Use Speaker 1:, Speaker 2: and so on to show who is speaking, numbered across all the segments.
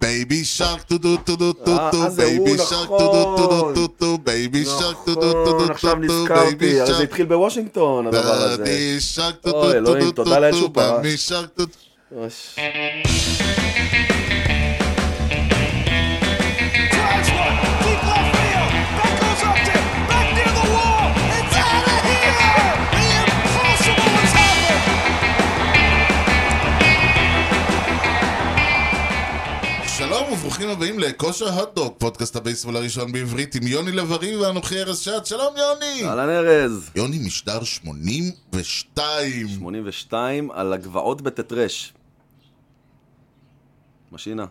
Speaker 1: בייבי שרק טו דו טו דו טו
Speaker 2: אה,
Speaker 1: טו
Speaker 2: אה, זה הוא,
Speaker 1: בייבי שרק טו דו טו דו
Speaker 2: נכון.
Speaker 1: טו טו בייבי שרק טו דו טו דו
Speaker 2: נכון,
Speaker 1: טו
Speaker 2: עכשיו
Speaker 1: טו
Speaker 2: נזכרתי,
Speaker 1: בייבי
Speaker 2: הרי זה
Speaker 1: שרק
Speaker 2: התחיל בוושינגטון הדבר הזה.
Speaker 1: בייבי שרק טו
Speaker 2: אוי,
Speaker 1: טו
Speaker 2: אלוהים,
Speaker 1: טו טו
Speaker 2: תודה לאל
Speaker 1: טו
Speaker 2: שהוא פרש.
Speaker 1: בייבי שרק טו טו
Speaker 2: אוש.
Speaker 1: כן.
Speaker 3: Drives one, deep left field. That goes up to, back near the wall. It's out of here. The impossible has happened.
Speaker 1: שלום וברוכים הבאים לכושר הוטדוג, פודקאסט הבייסבול הראשון בעברית עם יוני לב-ארי ואנוכי ארז שעד, שלום יוני!
Speaker 2: אהלן ארז,
Speaker 1: יוני משדר 82,
Speaker 2: 82 על הגבעות בטטרש. משינה.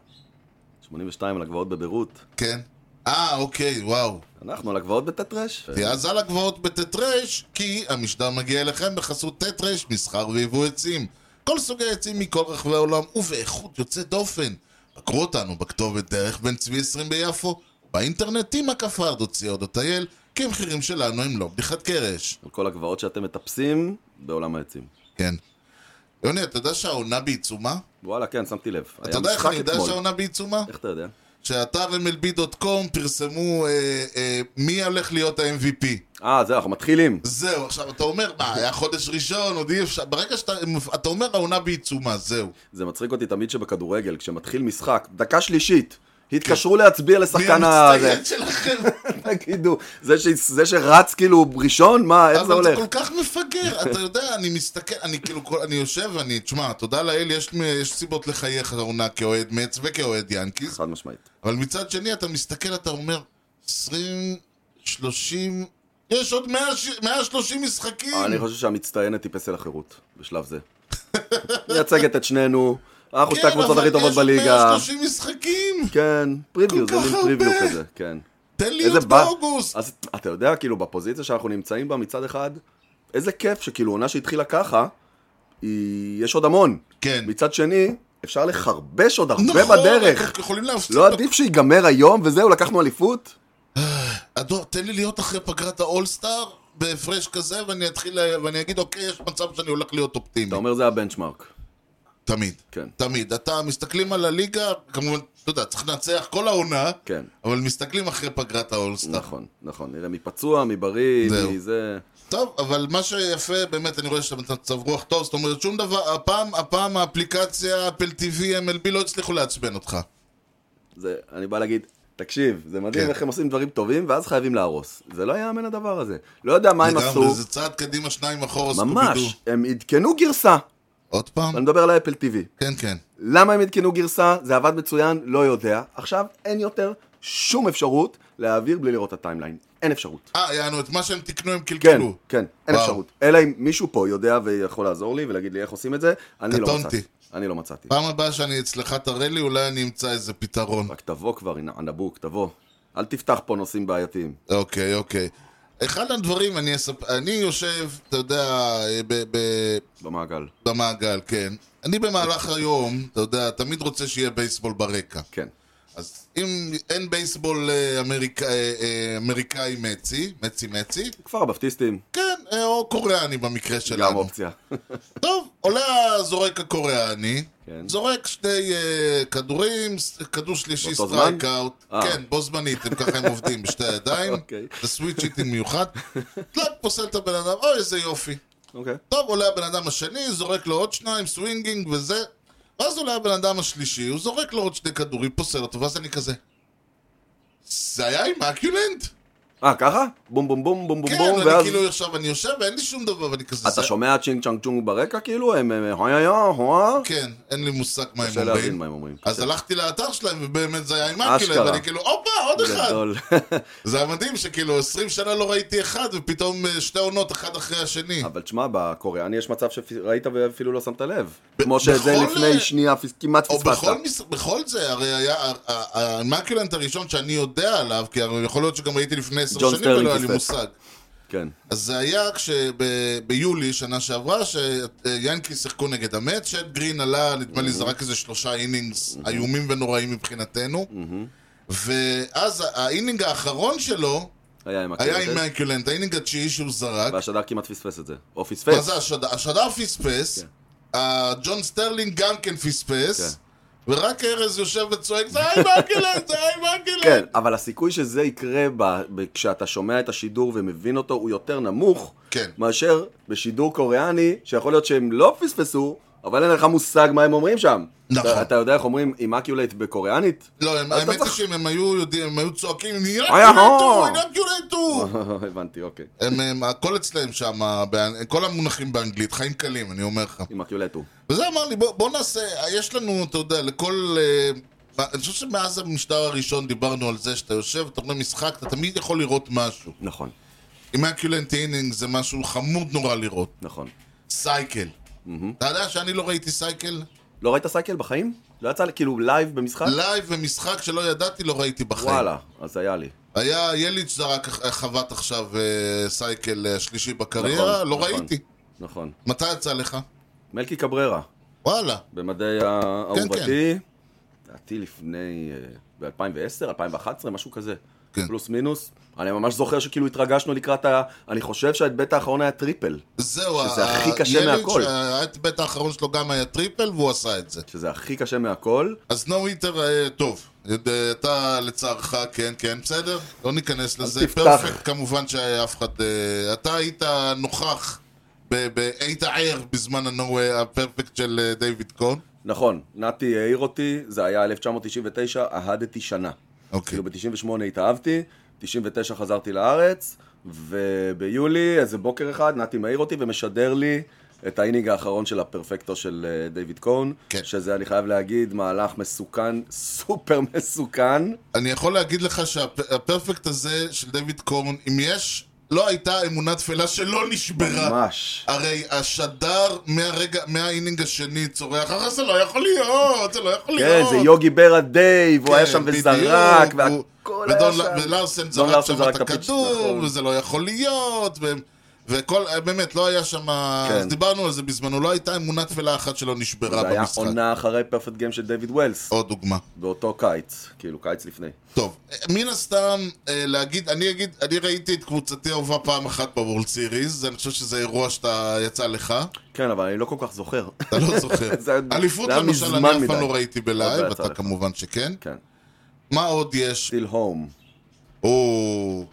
Speaker 2: 82 על הגבעות בביירות.
Speaker 1: כן? אה, אוקיי, וואו.
Speaker 2: אנחנו על הגבעות בטטרש.
Speaker 1: אז על הגבעות בטטרש, כי המשדר מגיע אליכם בחסות טטרש, מסחר ויבוא עצים. כל סוגי עצים מכל רחבי העולם ובאיכות יוצאת דופן. בקרו אותנו בכתובת דרך בן צבי 20 ביפו, באינטרנט עם הכפרד או ציוד או טייל, כי המחירים שלנו הם לא בדיחת קרש.
Speaker 2: על כל הגבעות שאתם מטפסים בעולם העצים.
Speaker 1: כן. יוני, אתה יודע שהעונה בעיצומה?
Speaker 2: וואלה, כן, שמתי לב. היה
Speaker 1: אתה יודע איך
Speaker 2: משחק
Speaker 1: אני יודע
Speaker 2: אתמול.
Speaker 1: שהעונה בעיצומה?
Speaker 2: איך אתה יודע?
Speaker 1: שאתר mlb.com פרסמו אה, אה, מי הולך להיות ה-MVP.
Speaker 2: אה, זהו, אנחנו מתחילים.
Speaker 1: זהו, עכשיו אתה אומר, מה, היה חודש ראשון, עוד אי אפשר, ברגע שאתה אתה אומר העונה בעיצומה, זהו.
Speaker 2: זה מצחיק אותי תמיד שבכדורגל, כשמתחיל משחק, דקה שלישית, התקשרו להצביע
Speaker 1: כן. מי
Speaker 2: לשחקן ה...
Speaker 1: המצטיין שלכם?
Speaker 2: זה. תגידו, זה ש- זה שרץ כאילו ראשון, מה, איך זה
Speaker 1: אבל זה
Speaker 2: הולך?
Speaker 1: כל כך מפגר, אתה יודע, אני מסתכל, אני כאילו, כל- אני יושב ואני, תשמע, תודה לאל, יש מ- יש סיבות לחייך העונה כאוהד מצ וכאוהד ינקיס,
Speaker 2: חד משמעית.
Speaker 1: אבל מצד שני אתה מסתכל, אתה אומר, 20, 30, יש עוד 100 ש- 130 משחקים!
Speaker 2: אה, אני חושב שהמצטיינת היא פסל החירות, בשלב זה. מייצגת את שנינו, אנחנו שתי הקבוצות הכי טובות
Speaker 1: כן, אבל יש עוד
Speaker 2: בליגה.
Speaker 1: 130 משחקים!
Speaker 2: כן, פריוויו,
Speaker 1: כל
Speaker 2: זה
Speaker 1: כך
Speaker 2: מין פריוויו
Speaker 1: הרבה.
Speaker 2: כזה, כן.
Speaker 1: תן לי
Speaker 2: איזה
Speaker 1: עוד
Speaker 2: בא...
Speaker 1: באוגוסט!
Speaker 2: אז אתה יודע, כאילו, בפוזיציה שאנחנו נמצאים בה מצד אחד, איזה כיף שכאילו עונה שהתחילה ככה, היא... יש עוד המון.
Speaker 1: כן.
Speaker 2: מצד שני, אפשר לחרבש עוד הרבה
Speaker 1: נכון,
Speaker 2: בדרך.
Speaker 1: אנחנו יכולים להפסיד
Speaker 2: לא עדיף שיגמר היום וזהו, לקחנו אליפות?
Speaker 1: אדון, תן לי להיות אחרי פגרת האולסטאר בהפרש כזה, ואני אתחיל, ל- ואני אגיד, אוקיי, יש מצב שאני הולך להיות אופטימי.
Speaker 2: אתה אומר זה הבנצ'מארק.
Speaker 1: תמיד.
Speaker 2: כן.
Speaker 1: תמיד. אתה, מסתכלים על הליגה, כמובן, אתה יודע, צריך לנצח כל העונה,
Speaker 2: כן.
Speaker 1: אבל מסתכלים אחרי פגרת האולסטאר.
Speaker 2: נכון, נכון. נראה מי פצוע, מי בריא,
Speaker 1: זהו.
Speaker 2: מי זה...
Speaker 1: טוב, אבל מה שיפה, באמת, אני רואה שאתה מצב רוח טוב, זאת אומרת, שום דבר, הפעם, הפעם האפליקציה, אפל TV, MLB, לא הצליחו לעצבן אותך.
Speaker 2: זה, אני בא להגיד, תקשיב, זה מדהים
Speaker 1: כן.
Speaker 2: איך הם עושים דברים טובים, ואז חייבים להרוס. זה לא יאמן הדבר הזה. לא יודע מה הם
Speaker 1: לגמרי,
Speaker 2: עשו,
Speaker 1: זה צעד קדימה, שניים אחורה, סקובידו.
Speaker 2: ממש, הם עדכנו גרסה.
Speaker 1: עוד פעם?
Speaker 2: אני מדבר על האפל TV.
Speaker 1: כן, כן.
Speaker 2: למה הם עדכנו גרסה? זה עבד מצוין, לא יודע. עכשיו אין יותר שום אפשרות להעביר בלי לראות את הטיימליין. אין אפשרות.
Speaker 1: אה, יענו, את מה שהם תיקנו הם
Speaker 2: כן,
Speaker 1: קלקלו.
Speaker 2: כן, אין
Speaker 1: כאילו, וואו.
Speaker 2: אפשרות. אלא אם מישהו פה יודע ויכול לעזור לי ולהגיד לי איך עושים את זה, אני לא
Speaker 1: קטונתי.
Speaker 2: מצאתי. אני לא מצאתי.
Speaker 1: פעם הבאה שאני אצלך תראה לי, אולי אני אמצא איזה פתרון.
Speaker 2: רק תבוא כבר, הנה, ענבוק, תבוא. אל תפתח פה נושאים בעייתיים.
Speaker 1: אוקיי, אוקיי. אחד הדברים, אני, אספ... אני יושב, אתה יודע, ב- ב-
Speaker 2: במעגל.
Speaker 1: במעגל, כן. אני במהלך היום, אתה יודע, תמיד רוצה שיהיה בייסבול ברקע.
Speaker 2: כן.
Speaker 1: אז אם אין בייסבול אה, אמריק... אה, אה, אמריקאי מצי, מצי מצי,
Speaker 2: כפר הבפטיסטים,
Speaker 1: כן, אה, או קוריאני במקרה
Speaker 2: גם
Speaker 1: שלנו.
Speaker 2: אופציה.
Speaker 1: טוב, עולה הזורק הקוריאני,
Speaker 2: כן.
Speaker 1: זורק שני אה, כדורים, ס- כדור שלישי
Speaker 2: באותו זמן?
Speaker 1: סטרייקאוט,
Speaker 2: אה.
Speaker 1: כן, בו זמנית, הם ככה הם עובדים בשתי הידיים,
Speaker 2: אוקיי.
Speaker 1: זה סוויץ' איטינג מיוחד, טלאק פוסל את הבן אדם, אוי איזה יופי.
Speaker 2: אוקיי.
Speaker 1: טוב, עולה הבן אדם השני, זורק לו עוד שניים, סווינגינג וזה, ואז עולה הבן אדם השלישי, הוא זורק לו עוד שני כדורים, פוסל אותו, ואז אני כזה... זה היה עם אקיולנד?
Speaker 2: אה, ככה? בום בום בום בום בום
Speaker 1: כן,
Speaker 2: בום,
Speaker 1: אני
Speaker 2: ואז...
Speaker 1: כאילו עכשיו, אני יושב ואין לי שום דבר, ואני כזה...
Speaker 2: אתה
Speaker 1: זה-
Speaker 2: שומע צ'ינג צ'אנג צ'ונג ברקע כאילו? הם... הם- הויה יא, הויה?
Speaker 1: כן, אין לי מושג מה הם
Speaker 2: קשה להבין
Speaker 1: אומרים.
Speaker 2: מה הם אומרים.
Speaker 1: אז לא הלכתי לאתר שלהם, ובאמת זה היה עם אקיולנד,
Speaker 2: אשכרה.
Speaker 1: ואני כאילו, הופה, עוד אחד.
Speaker 2: גדול.
Speaker 1: זה היה מדהים שכאילו 20 שנה לא ראיתי אחד, ופתאום אה, שתי עונות אחד אחרי השני.
Speaker 2: אבל תשמע, בקוריאני יש מצב שראית ואפילו לא שמת לב. כמו שזה
Speaker 1: בכל-
Speaker 2: לפני שנייה פס- כמעט
Speaker 1: או
Speaker 2: פספסת.
Speaker 1: בכל, מס... בכל זה, הרי היה המקיולנט הראשון שאני יודע עליו, כי הרי יכול להיות שגם ראיתי לפני עשר
Speaker 2: ג'ון
Speaker 1: שנים ולא היה
Speaker 2: סטרלינג
Speaker 1: לי
Speaker 2: פספס.
Speaker 1: מושג.
Speaker 2: כן.
Speaker 1: אז זה היה כשביולי שנה שעברה, שיאנקי שיחקו נגד המט, שד גרין עלה, נדמה
Speaker 2: Mm-hmm.
Speaker 1: לי זרק איזה שלושה אינינגס איומים ונוראים מבחינתנו,
Speaker 2: Mm-hmm.
Speaker 1: ואז האינינג האחרון שלו
Speaker 2: היה עם
Speaker 1: היה עם
Speaker 2: הקרדיט.
Speaker 1: מקיולנט, האינינג התשיעי שהוא זרק,
Speaker 2: והשדר כמעט פספס את זה. או
Speaker 1: מה
Speaker 2: פספס.
Speaker 1: זה השדר? השדר פספס,
Speaker 2: כן.
Speaker 1: אה, ג'ון סטרלינג גם כן פספס, ורק ארז יושב וצועק, זה היי מקלן, זה היי מקלן.
Speaker 2: כן, אבל הסיכוי שזה יקרה ב... ב... כשאתה שומע את השידור ומבין אותו הוא יותר נמוך,
Speaker 1: כן.
Speaker 2: מאשר בשידור קוריאני, שיכול להיות שהם לא פספסו, אבל אין לך מושג מה הם אומרים שם.
Speaker 1: נכון.
Speaker 2: אתה, אתה יודע איך אומרים אימקיולט בקוריאנית?
Speaker 1: לא, הם-
Speaker 2: אתה
Speaker 1: האמת היא
Speaker 2: צריך-
Speaker 1: שאם הם היו יודעים, הם היו צועקים,
Speaker 2: היה
Speaker 1: אינקיולטור,
Speaker 2: הון."
Speaker 1: אינקיולטור.
Speaker 2: הבנתי, אוקיי.
Speaker 1: הם, הם- הכל אצלהם שם, באנ- כל המונחים באנגלית, חיים קלים, אני אומר לך.
Speaker 2: אימקיולט הוא.
Speaker 1: וזה אמר לי, בוא, בוא נעשה, יש לנו, אתה יודע, לכל... אה, מה- אני חושב שמאז המשטר הראשון דיברנו על זה שאתה יושב, אתה רואה משחק, אתה תמיד יכול לראות משהו.
Speaker 2: נכון,
Speaker 1: אימקיולנט אינינג זה משהו חמוד נורא לראות.
Speaker 2: נכון.
Speaker 1: סייקל. אתה יודע שאני לא ראיתי סייקל?
Speaker 2: לא ראית סייקל בחיים? לא יצא לי כאילו לייב במשחק?
Speaker 1: לייב ומשחק שלא ידעתי לא ראיתי בחיים.
Speaker 2: וואלה, אז היה לי.
Speaker 1: היה יליץ' זרק אה, חבט עכשיו אה, סייקל אה, שלישי בקריירה,
Speaker 2: נכון,
Speaker 1: לא
Speaker 2: נכון.
Speaker 1: ראיתי.
Speaker 2: נכון.
Speaker 1: מתי יצא לך?
Speaker 2: מלקי קבררה,
Speaker 1: וואלה.
Speaker 2: במדעי האהובתי, לדעתי לפני, אה, ב-2010, 2011, משהו כזה.
Speaker 1: כן.
Speaker 2: פלוס מינוס. אני ממש זוכר שכאילו התרגשנו לקראת ה... אני חושב שההיבט האחרון היה טריפל.
Speaker 1: זהו,
Speaker 2: שזה
Speaker 1: ה-
Speaker 2: הכי קשה
Speaker 1: היליץ',
Speaker 2: מהכל.
Speaker 1: האטבט האחרון שלו גם היה טריפל והוא עשה את זה.
Speaker 2: שזה הכי קשה מהכל.
Speaker 1: אז נו איטר, טוב, אה, אתה לצערך, כן, כן, בסדר? לא ניכנס לזה.
Speaker 2: תפתח.
Speaker 1: פרפקט כמובן שאף אחד... אה, אתה היית נוכח, ב- ב- היית ער בזמן הנו אה, הפרפקט של אה, דיוויד קון.
Speaker 2: נכון, נתי העיר אותי, זה היה 1999, אהדתי שנה.
Speaker 1: אוקיי.
Speaker 2: כאילו ב-98 התאהבתי, 99 חזרתי לארץ, וביולי, איזה בוקר אחד, נתי מעיר אותי ומשדר לי את האינינג האחרון של הפרפקטו של אה, דיוויד קון,
Speaker 1: כן.
Speaker 2: שזה, אני חייב להגיד, מהלך מסוכן, סופר מסוכן.
Speaker 1: אני יכול להגיד לך שהפרפקט הזה של דיוויד קורן, אם יש, לא הייתה אמונה תפלה שלא נשברה.
Speaker 2: ממש.
Speaker 1: הרי השדר מהרגע, מהאינינג השני צורח, אחרי זה לא יכול להיות, זה לא יכול
Speaker 2: כן,
Speaker 1: להיות.
Speaker 2: זה יוגי ברה דייב, הוא היה שם
Speaker 1: בדיוק,
Speaker 2: כן, וזרק,
Speaker 1: הוא-
Speaker 2: והכל היה
Speaker 1: ודון-
Speaker 2: שם.
Speaker 1: ולארסן
Speaker 2: דון
Speaker 1: זרק
Speaker 2: לארסן
Speaker 1: שם
Speaker 2: זרק
Speaker 1: את
Speaker 2: את הפיץ',
Speaker 1: הכדור,
Speaker 2: נכון.
Speaker 1: וזה לא יכול להיות, והם- וכל, באמת, לא היה שם, אז דיברנו על זה בזמנו, לא הייתה אמונה תפלה אחת שלא נשברה
Speaker 2: כן. זה היה
Speaker 1: במשחק.
Speaker 2: עונה אחרי פרפט גיים של דיוויד ווילס,
Speaker 1: עוד דוגמה.
Speaker 2: באותו קיץ, כאילו קיץ לפני.
Speaker 1: טוב, מן הסתם, אה, להגיד, אני אגיד, אני ראיתי את קבוצתי האהובה פעם אחת בוורלד סיריז, אני חושב שזה אירוע שאתה יצא לך,
Speaker 2: כן, אבל אני לא כל כך זוכר.
Speaker 1: אתה לא זוכר.
Speaker 2: זה היה-
Speaker 1: אליפות
Speaker 2: זה היה
Speaker 1: למשל,
Speaker 2: מזמן
Speaker 1: אני אף פעם
Speaker 2: מדי.
Speaker 1: לא ראיתי
Speaker 2: עוד
Speaker 1: בלייב,
Speaker 2: לא יצא
Speaker 1: אתה
Speaker 2: לך.
Speaker 1: כמובן שכן.
Speaker 2: כן.
Speaker 1: מה עוד יש?
Speaker 2: סטיל הום.
Speaker 1: או,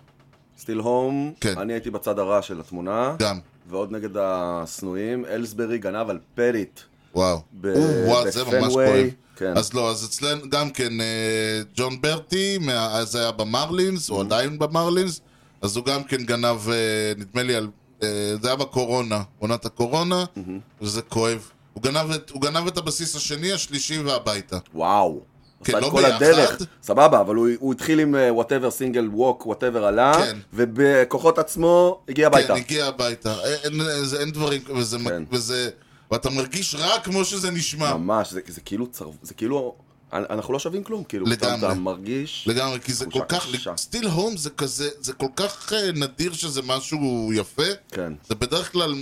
Speaker 2: סטיל הום,
Speaker 1: כן.
Speaker 2: אני הייתי בצד הרע של התמונה,
Speaker 1: גם,
Speaker 2: ועוד נגד השנואים, אלסברי גנב על פריט.
Speaker 1: וואו.
Speaker 2: ב-
Speaker 1: או, וואו, זה ממש
Speaker 2: בפנוויי,
Speaker 1: כואב.
Speaker 2: כן.
Speaker 1: אז לא, אז אצלנו גם כן, אה, ג'ון ברטי, מה- אז היה במרלינס,
Speaker 2: Mm-hmm.
Speaker 1: הוא עדיין במרלינס, אז הוא גם כן גנב, אה, נדמה לי, על- אה, זה היה בקורונה, עונת הקורונה,
Speaker 2: Mm-hmm.
Speaker 1: וזה כואב. הוא גנב את- הוא גנב את הבסיס השני, השלישי והביתה.
Speaker 2: וואו.
Speaker 1: כן,
Speaker 2: עשה את
Speaker 1: לא
Speaker 2: כל
Speaker 1: ביחד.
Speaker 2: הדרך, סבבה, אבל הוא, הוא התחיל עם אה, וואטאבר סינגל ווק, וואטאבר עלה,
Speaker 1: כן.
Speaker 2: ובכוחות עצמו הגיע
Speaker 1: כן,
Speaker 2: הביתה.
Speaker 1: הגיע הביתה. אה, אין- אין זה- אין דברים, וזה-
Speaker 2: כן.
Speaker 1: וזה... ואתה מרגיש רע כמו שזה נשמע.
Speaker 2: ממש, זה, זה כאילו צרב, זה כאילו, אנ- אנחנו לא שווים כלום, כאילו,
Speaker 1: לגמרי.
Speaker 2: אתה מרגיש,
Speaker 1: לגמרי, כי זה כל
Speaker 2: תחושה
Speaker 1: כך,
Speaker 2: קשה.
Speaker 1: סטיל הום זה כזה, זה כל כך אה, נדיר שזה משהו יפה.
Speaker 2: כן.
Speaker 1: זה בדרך כלל,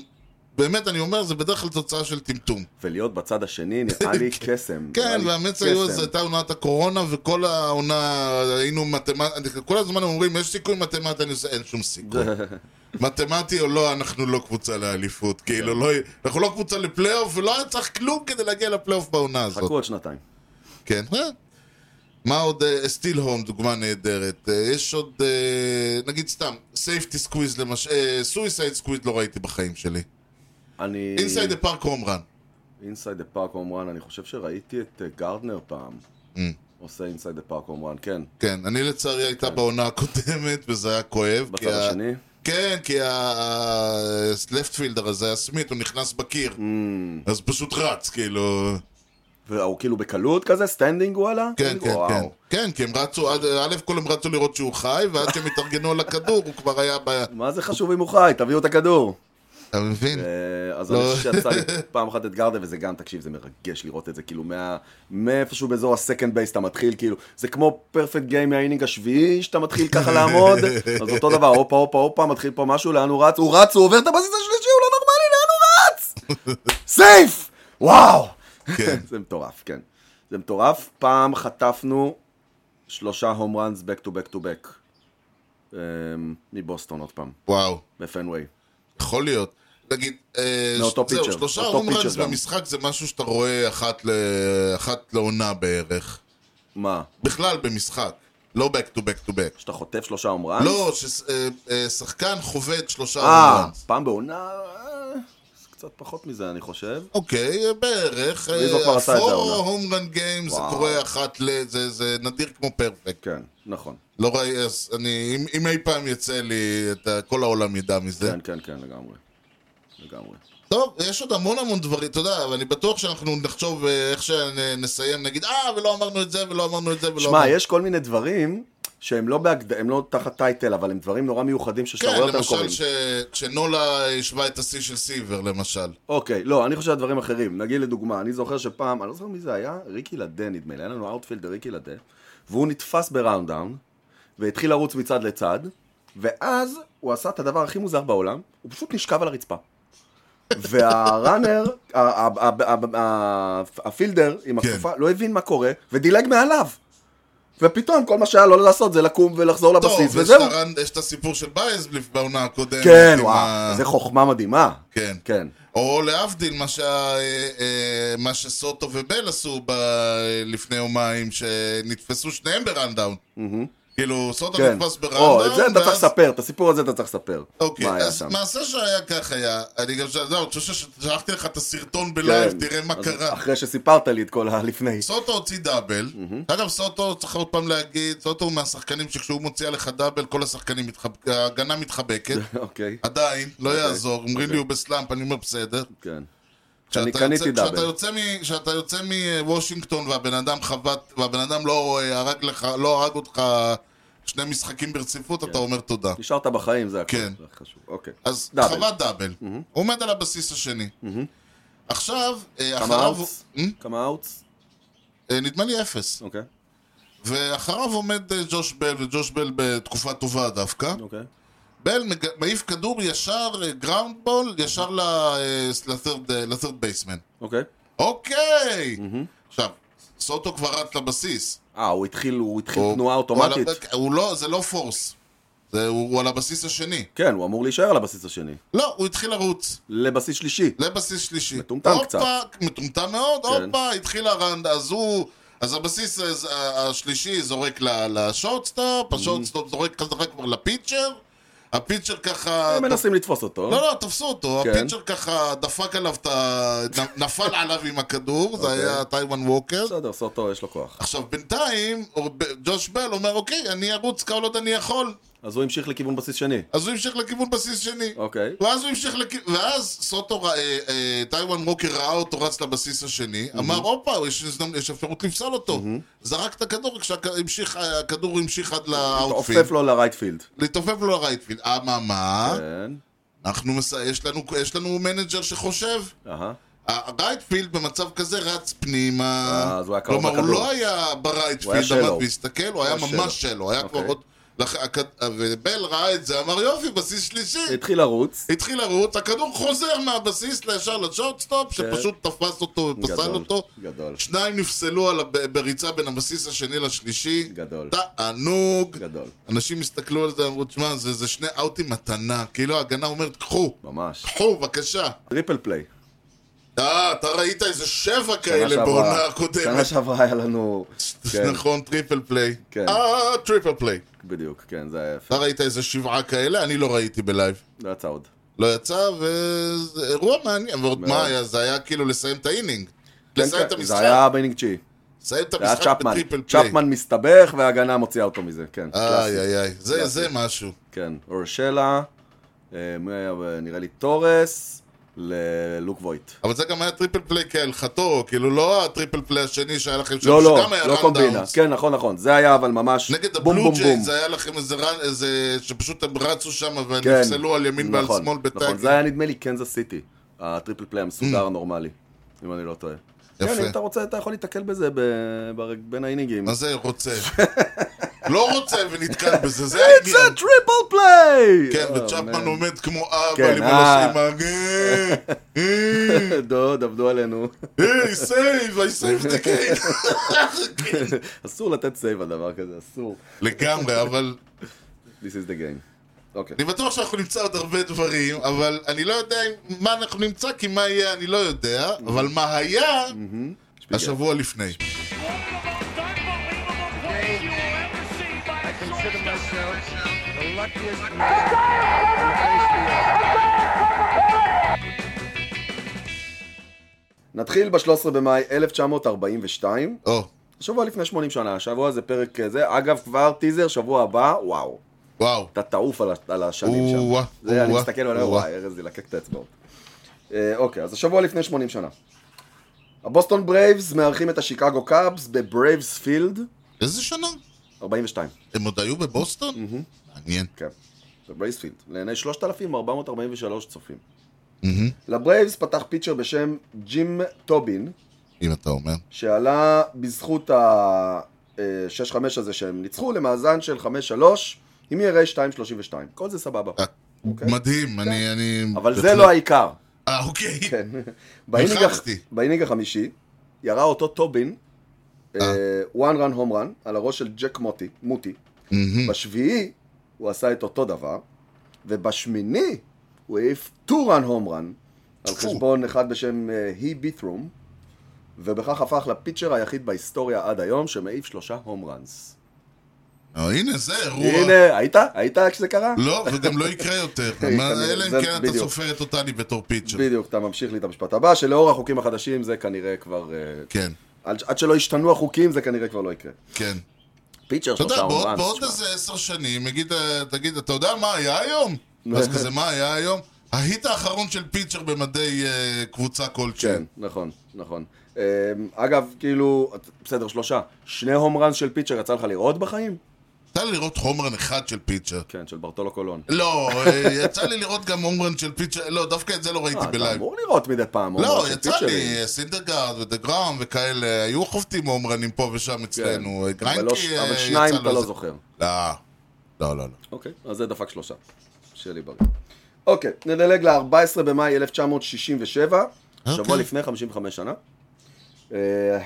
Speaker 1: באמת, אני אומר, זה בדרך כלל תוצאה של טמטום.
Speaker 2: ולהיות בצד השני נראה לי קסם. נראה
Speaker 1: כן,
Speaker 2: לי
Speaker 1: והאמת היו,
Speaker 2: קסם.
Speaker 1: זו הייתה עונת הקורונה, וכל העונה היינו מתמטי, כל הזמן אומרים, יש סיכוי מתמטי, אני עושה, אין שום סיכוי. מתמטי או לא, אנחנו לא קבוצה לאליפות,
Speaker 2: כן.
Speaker 1: כאילו, לא, אנחנו לא קבוצה לפלייאוף, ולא היה צריך כלום כדי להגיע לפלייאוף בעונה הזאת.
Speaker 2: חכו עוד שנתיים.
Speaker 1: כן. אה. מה עוד, סטיל הום, דוגמה נהדרת. אה, יש עוד, אה, נגיד סתם, סייפטי סקוויז למשל, סויסייד סקוויז אה, לא ראיתי בחיים שלי.
Speaker 2: אני...
Speaker 1: אינסייד דה פארק הום רן.
Speaker 2: אינסייד דה פארק הום רן, אני חושב שראיתי את אה, גארדנר פעם.
Speaker 1: Mm.
Speaker 2: עושה אינסייד דה פארק הום רן, כן.
Speaker 1: כן, אני לצערי הייתה בעונה הקודמת, וזה היה כואב. כי
Speaker 2: בצד
Speaker 1: ה-
Speaker 2: השני.
Speaker 1: כן, כי הלפטפילדר הזה היה סמית, הוא נכנס בקיר.
Speaker 2: Mm.
Speaker 1: אז פשוט רץ, כאילו...
Speaker 2: והוא כאילו בקלות כזה, סטנדינג הוא עלה?
Speaker 1: כן, כן,
Speaker 2: וואו.
Speaker 1: כן. כן, כי הם רצו, עד- א' כל הם רצו לראות שהוא חי, ועד שהם התארגנו על הכדור, הוא כבר היה ב...
Speaker 2: מה זה חשוב אם הוא חי? תביאו את הכדור.
Speaker 1: אתה מבין?
Speaker 2: אה, אז
Speaker 1: לא.
Speaker 2: אני חושב שיצא לי פעם אחת את גארדנר, וזה גם, תקשיב, זה מרגש לראות את זה, כאילו, מה- מאיפשהו באזור הסקנד בייס אתה מתחיל, כאילו, זה כמו פרפקט גיים מהאינינג השביעי, שאתה מתחיל ככה לעמוד, אז אותו דבר, הופה, הופה, הופה, מתחיל פה משהו, לאן הוא רץ? הוא רץ, הוא עובר את הבסיס השלישי, הוא לא נורמלי, לאן הוא רץ? סייף! וואו!
Speaker 1: כן.
Speaker 2: זה מטורף, כן. זה מטורף. פעם חטפנו שלושה הום ראנס back to back to back. אמ, מבוסטון עוד פעם,
Speaker 1: וואו.
Speaker 2: בפנוויי.
Speaker 1: יכול להיות. נגיד, אה,
Speaker 2: מאותו
Speaker 1: זהו,
Speaker 2: פיצ'ר,
Speaker 1: שלושה
Speaker 2: אותו
Speaker 1: הום ראנס
Speaker 2: פיצ'ר גם.
Speaker 1: במשחק זה משהו שאתה רואה אחת, ל... אחת לעונה בערך.
Speaker 2: מה?
Speaker 1: בכלל במשחק, לא back to back to back.
Speaker 2: שאתה חוטף שלושה אומרן?
Speaker 1: לא, ששחקן חובד שלושה הום
Speaker 2: אה,
Speaker 1: ראנס.
Speaker 2: פעם בעונה... אה, זה קצת פחות מזה, אני חושב.
Speaker 1: אוקיי, אה, בערך. אה,
Speaker 2: ריבו כבר עשה את זה
Speaker 1: ה-four
Speaker 2: העונה.
Speaker 1: home run games, זה
Speaker 2: וואו.
Speaker 1: קורה אחת ל... זה- זה נדיר כמו פרפקט.
Speaker 2: כן, נכון.
Speaker 1: לא ראי... אז אני... אם- אם אי פעם יצא לי, את ה- כל העולם ידע מזה.
Speaker 2: כן, כן, כן, לגמרי. לגמרי.
Speaker 1: טוב, יש עוד המון המון דברים, אתה יודע, אבל אני בטוח שאנחנו נחשוב אה, איך שנסיים, נגיד, אה, ולא אמרנו את זה, ולא אמרנו את זה, ולא אמרנו
Speaker 2: שמע, יש כל מיני דברים שהם לא, בהגד... הם לא תחת טייטל, אבל הם דברים נורא מיוחדים ששאתה
Speaker 1: כן,
Speaker 2: רואה אותם
Speaker 1: למשל,
Speaker 2: קורים.
Speaker 1: ש... כשנולה השווה את השיא של סיבר, למשל.
Speaker 2: אוקיי, לא, אני חושב על דברים אחרים. נגיד לדוגמה, אני זוכר שפעם, אני לא זוכר מי זה היה, ריקי לדה נדמה לי, היה לנו אאוטפילדר ריקי לדה, והוא נתפס בראונד דאון, והתחיל לרוץ מצד לצד, ואז הוא עשה את הדבר הכי מוזר בעולם, הוא פשוט נשכב על הרצפה. והראנר, ה- ה- ה- ה- ה- הפילדר עם
Speaker 1: כן.
Speaker 2: הכפפה, לא הבין מה קורה, ודילג מעליו. ופתאום כל מה שהיה לו לעשות זה לקום ולחזור לבסיס,
Speaker 1: טוב, יש את
Speaker 2: וזהו.
Speaker 1: הרנ- יש את הסיפור של בייז בעונה הקודמת.
Speaker 2: כן,
Speaker 1: עם ה-
Speaker 2: וואו, זו חוכמה מדהימה.
Speaker 1: כן.
Speaker 2: כן.
Speaker 1: או להבדיל, מה, שה... אה, אה, מה שסוטו ובל עשו ב... לפני יומיים, שנתפסו שניהם בראנדאון. כאילו, סוטו
Speaker 2: כן.
Speaker 1: נתפס בראנדאון,
Speaker 2: או, את זה אתה צריך
Speaker 1: ואז-
Speaker 2: לספר, את הסיפור הזה אתה צריך לספר.
Speaker 1: אוקיי,
Speaker 2: מה היה
Speaker 1: אז
Speaker 2: שם. כן.
Speaker 1: מעשה שהיה כך היה, אני גם שאלה, אני חושב ששלחתי לך את הסרטון
Speaker 2: כן.
Speaker 1: בלייב, תראה מה
Speaker 2: אז
Speaker 1: קרה.
Speaker 2: אחרי שסיפרת לי את כל הלפני.
Speaker 1: סוטו הוציא דאבל, אגב סוטו צריך עוד פעם להגיד, סוטו הוא מהשחקנים שכשהוא מוציא עליך דאבל כל השחקנים, מתחב- ההגנה מתחבקת,
Speaker 2: אוקיי,
Speaker 1: עדיין, לא יעזור, אומרים לי
Speaker 2: אוקיי.
Speaker 1: הוא בסלאמפ, אני אומר בסדר.
Speaker 2: כן.
Speaker 1: כשאתה יוצא-
Speaker 2: קניתי דאבל.
Speaker 1: כשאתה יוצא מ- כשאתה יוצא מוושינגטון והבן אדם חבט, והבן אדם לא אה, הרג לך, לא הרג אותך שני משחקים
Speaker 2: כן.
Speaker 1: ברציפות, אתה אומר תודה.
Speaker 2: נשארת בחיים, זה הכל.
Speaker 1: כן.
Speaker 2: זה חשוב. אוקיי.
Speaker 1: אז
Speaker 2: דאבל.
Speaker 1: חוות דאבל, הוא עומד על הבסיס השני. עכשיו, אה,
Speaker 2: כמה
Speaker 1: אחריו,
Speaker 2: אאוטס?
Speaker 1: אה?
Speaker 2: כמה אאוטס?
Speaker 1: אה, נדמה לי אפס.
Speaker 2: אוקיי,
Speaker 1: ואחריו עומד אה, ג'וש בל, וג'וש בל בתקופה טובה דווקא.
Speaker 2: אוקיי.
Speaker 1: בל מג- מעיף כדור ישר, גראונד בול, ישר אה, לת'רד בייסמן.
Speaker 2: אוקיי.
Speaker 1: אוקיי! עכשיו, סוטו כבר רץ לבסיס.
Speaker 2: אה, הוא התחיל, הוא התחיל
Speaker 1: הוא-
Speaker 2: תנועה
Speaker 1: הוא על
Speaker 2: אוטומטית.
Speaker 1: הבק- הוא לא, זה לא פורס. זה- הוא הוא על הבסיס השני.
Speaker 2: כן, הוא אמור להישאר על הבסיס השני.
Speaker 1: לא, הוא התחיל לרוץ.
Speaker 2: לבסיס שלישי.
Speaker 1: לבסיס שלישי.
Speaker 2: מטומטם
Speaker 1: הופה,
Speaker 2: קצת.
Speaker 1: מטומטם מאוד,
Speaker 2: כן.
Speaker 1: הופה, התחיל הרנד, אז הוא... אז הבסיס אז, ה- השלישי זורק ל-
Speaker 2: Mm-hmm.
Speaker 1: לשורטסטופ, השורטסטופ זורק חזרה כבר לפיצ'ר, הפיצ'ר ככה...
Speaker 2: הם מנסים לתפוס אותו.
Speaker 1: לא, לא, תפסו אותו,
Speaker 2: אה, כן.
Speaker 1: הפיצ'ר ככה דפק עליו את ה... נ- נפל עליו עם הכדור, זה
Speaker 2: אוקיי.
Speaker 1: היה טיימן ווקר.
Speaker 2: בסדר, סוטו, יש לו כוח.
Speaker 1: עכשיו בינתיים, או- ב- ג'וש בל אומר, אוקיי, אני ארוץ כל עוד אני יכול.
Speaker 2: אז הוא המשיך לכיוון בסיס שני.
Speaker 1: אז הוא המשיך לכיוון בסיס שני.
Speaker 2: אוקיי.
Speaker 1: ואז הוא המשיך לכ... ואז סוטו, ראה- אה, אה, טיוואן ווקר ראה אותו רץ לבסיס השני, אמר, הופה, יש, הזדמנ- יש אפשרות לפסול אותו. זרק את הכדור, כשהכדור המשיך עד לאאוטפילד.
Speaker 2: עופף לו לרייטפילד.
Speaker 1: להתעופף לו לרייטפילד. אממה,
Speaker 2: כן.
Speaker 1: אנחנו מס... יש, לנו... יש לנו מנג'ר שחושב.
Speaker 2: אהה.
Speaker 1: הרייטפילד במצב כזה רץ פנימה.
Speaker 2: אה, אז הוא היה קרוב
Speaker 1: כלומר, הוא
Speaker 2: לכדור.
Speaker 1: לא היה
Speaker 2: הוא היה
Speaker 1: ברייטפילד,
Speaker 2: שלו.
Speaker 1: עמד והסתכל, הוא היה
Speaker 2: הוא היה
Speaker 1: ממש שלו. היה כבר
Speaker 2: אוקיי.
Speaker 1: עוד... לח- הכ- ובל ראה את זה, אמר יופי, בסיס שלישי.
Speaker 2: התחיל לרוץ.
Speaker 1: התחיל לרוץ, הכדור חוזר מהבסיס לישר לשורטסטופ,
Speaker 2: כן.
Speaker 1: שפשוט תפס אותו ופסל
Speaker 2: גדול,
Speaker 1: אותו.
Speaker 2: גדול.
Speaker 1: שניים נפסלו על הב- בריצה בין הבסיס השני לשלישי.
Speaker 2: גדול.
Speaker 1: תענוג.
Speaker 2: גדול.
Speaker 1: אנשים הסתכלו על זה, אמרו, תשמע, זה זה שני אאוטים מתנה. כאילו ההגנה אומרת, קחו,
Speaker 2: ממש.
Speaker 1: קחו, בבקשה.
Speaker 2: טריפל פליי.
Speaker 1: אה, אתה ראית איזה שבע כאלה
Speaker 2: שנה
Speaker 1: בעונה
Speaker 2: שעברה- שנה
Speaker 1: הקודמת.
Speaker 2: שעברה היה לנו... כן,
Speaker 1: נכון, טריפל פליי.
Speaker 2: כן.
Speaker 1: אה, טריפל פליי.
Speaker 2: בדיוק, כן, זה היה יפה.
Speaker 1: אתה ראית איזה שבעה כאלה? אני לא ראיתי בלייב.
Speaker 2: לא יצא עוד.
Speaker 1: לא יצא, וזה אירוע מעניין. ועוד
Speaker 2: מאוד.
Speaker 1: מה היה? זה היה כאילו לסיים את האינינג. לסיים
Speaker 2: כן,
Speaker 1: את
Speaker 2: כן,
Speaker 1: המשחק.
Speaker 2: זה היה באינינג תשיעי.
Speaker 1: לסיים את
Speaker 2: זה היה
Speaker 1: המשחק
Speaker 2: צ'פמן.
Speaker 1: בטריפל פליי.
Speaker 2: צ'פמן מסתבך וההגנה מוציאה אותו מזה, כן. קלאסי.
Speaker 1: איי, איי, איי. זה-
Speaker 2: קלאסי.
Speaker 1: זה משהו.
Speaker 2: כן, אורשלה, אה, מי היה? נראה לי תורס, ללוק וויט.
Speaker 1: אבל זה גם היה טריפל פליי כהלכתו, כאילו לא הטריפל פליי השני שהיה לכם שם,
Speaker 2: לא, לא,
Speaker 1: שגם היה
Speaker 2: לא
Speaker 1: run
Speaker 2: קומבינה.
Speaker 1: downs.
Speaker 2: כן, נכון, נכון. זה היה אבל ממש
Speaker 1: נגד
Speaker 2: בום
Speaker 1: הבלו
Speaker 2: בום בום.
Speaker 1: ג'ייז היה לכם איזה רן, איזה, שפשוט הם רצו שם
Speaker 2: כן.
Speaker 1: ונפסלו על ימין ועל
Speaker 2: נכון,
Speaker 1: שמאל
Speaker 2: נכון,
Speaker 1: בטייק. Mm.
Speaker 2: זה היה נדמה לי קנזס סיטי, הטריפל פליי המסודר הנורמלי, אם אני לא טועה.
Speaker 1: יפה.
Speaker 2: יפה. כן, אם אתה רוצה, אתה יכול להתקל בזה ב... ברג- בין האינינגים.
Speaker 1: מה זה רוצה? לא רוצה ונתקל בזה, זה
Speaker 2: It's
Speaker 1: העניין.
Speaker 2: a triple play!
Speaker 1: כן,
Speaker 2: Oh,
Speaker 1: וצ'פמן
Speaker 2: man.
Speaker 1: עומד כמו אבא
Speaker 2: כן,
Speaker 1: עם
Speaker 2: אה.
Speaker 1: הלשים, אה, אה,
Speaker 2: דוד, עבדו עלינו.
Speaker 1: היי, סייב, I saved the game. כן.
Speaker 2: אסור לתת סייב על דבר כזה, אסור.
Speaker 1: לגמרי, אבל
Speaker 2: This is the game. אוקיי.
Speaker 1: אני בטוח שאנחנו נמצא עוד הרבה דברים, אבל אני לא יודע אם- מה אנחנו נמצא, כי מה יהיה אני לא יודע, אבל מה היה
Speaker 2: שפיגל.
Speaker 1: השבוע לפני.
Speaker 4: One of the most unbelievable plays you will ever see by a
Speaker 5: consider
Speaker 4: shortstop.
Speaker 5: myself the luckiest man in the face of the earth.
Speaker 2: נתחיל ב-13 במאי 1942,
Speaker 1: או,
Speaker 2: שבוע לפני 80 שנה, השבוע זה פרק אה, זה, אגב כבר טיזר, שבוע הבא, וואו,
Speaker 1: וואו.
Speaker 2: אתה תעוף על, ה- על השנים שם.
Speaker 1: או-אה,
Speaker 2: זה, אני
Speaker 1: או-אה,
Speaker 2: מסתכל ואני אומר,
Speaker 1: או-אה.
Speaker 2: וואי, ארז ילקק את האצבעות. אה, אוקיי, אז השבוע לפני 80 שנה. הבוסטון ברייבס מארחים את השיקגו קאבס בברייבס פילד,
Speaker 1: איזה שנה?
Speaker 2: 42,
Speaker 1: הם עוד היו בבוסטון? מעניין.
Speaker 2: כן, בברייבס פילד, לעיני 3,443 צופים. לברייבס פתח פיצ'ר בשם ג'ים טובין,
Speaker 1: אם אתה אומר.
Speaker 2: שעלה בזכות ה-6-5 הזה שהם ניצחו למאזן של 5-3 עם ERA 2.32. כל זה סבבה.
Speaker 1: אה,
Speaker 2: אוקיי.
Speaker 1: מדהים, אני... אני-
Speaker 2: אבל זה
Speaker 1: בהחלט-
Speaker 2: לא העיקר.
Speaker 1: אה, אוקיי.
Speaker 2: כן. באינינג הח-
Speaker 1: נלחצתי.
Speaker 2: באינינג החמישי ירה אותו טובין, אה, וואן רן הום רן, על הראש של ג'ק מוטי, מוטי.
Speaker 1: מהמם.
Speaker 2: בשביעי הוא עשה את אותו דבר, ובשמיני הוא העיף טו רן הום רן, על
Speaker 1: טפו.
Speaker 2: חשבון אחד בשם אה, היא ביטרום, ובכך הפך לפיצ'ר היחיד בהיסטוריה עד היום שמעיף שלושה הום ראנס.
Speaker 1: אה, הנה, זה אירוע.
Speaker 2: הנה, היית? היית כשזה קרה?
Speaker 1: לא, וגם לא יקרה יותר.
Speaker 2: כנראה,
Speaker 1: מה, אלא
Speaker 2: זה
Speaker 1: אם כן אתה
Speaker 2: בדיוק.
Speaker 1: סופר את אותני בתור פיצ'ר.
Speaker 2: בדיוק, אתה ממשיך לי את המשפט הבא, שלאור החוקים החדשים זה כנראה כבר... אה,
Speaker 1: כן,
Speaker 2: עד עד שלא ישתנו החוקים זה כנראה כבר לא יקרה.
Speaker 1: כן.
Speaker 2: פיצ'ר
Speaker 1: אתה
Speaker 2: שלושה
Speaker 1: יודע,
Speaker 2: הום
Speaker 1: בעוד
Speaker 2: ראנס.
Speaker 1: בעוד
Speaker 2: תשמע.
Speaker 1: איזה עשר שנים, יגיד, אה, תגיד, אתה יודע מה היה היום? אז כזה, מה היה היום? ההיט האחרון של פיצ'ר במדי אה, קבוצה כלשהי.
Speaker 2: כן, נכון, נכון. אמ, אגב, כאילו, את- בסדר, שלושה. שני הום ראנס של פיצ'ר יצא לך לראות בחיים?
Speaker 1: יצא לי לראות חומרן אחד של פיצ'ר.
Speaker 2: כן, של ברטולו קולון.
Speaker 1: לא, אה, יצא לי לראות גם חומרן של פיצ'ר, לא, דווקא את זה לא
Speaker 2: אה,
Speaker 1: ראיתי
Speaker 2: אתה
Speaker 1: בלייב.
Speaker 2: אמור לראות מדי פעם. הום
Speaker 1: לא,
Speaker 2: ראנס של
Speaker 1: יצא לי,
Speaker 2: פיצ'רים.
Speaker 1: אה, סינדרגרד ודגראם וכאלה, היו חובטים הומרנים פה ושם אצלנו. אה,
Speaker 2: כן. אבל לא-
Speaker 1: גריינקי, אה,
Speaker 2: אבל
Speaker 1: יצא
Speaker 2: שניים
Speaker 1: לו
Speaker 2: אתה לא
Speaker 1: איזה-
Speaker 2: זוכר.
Speaker 1: לא, לא, לא, לא.
Speaker 2: אוקיי, אז זה דפק שלושה. שיהיה לי בריא. אוקיי, נדלג ל-14 במאי 1967, שבוע
Speaker 1: אוקיי.
Speaker 2: לפני 55 שנה. אה,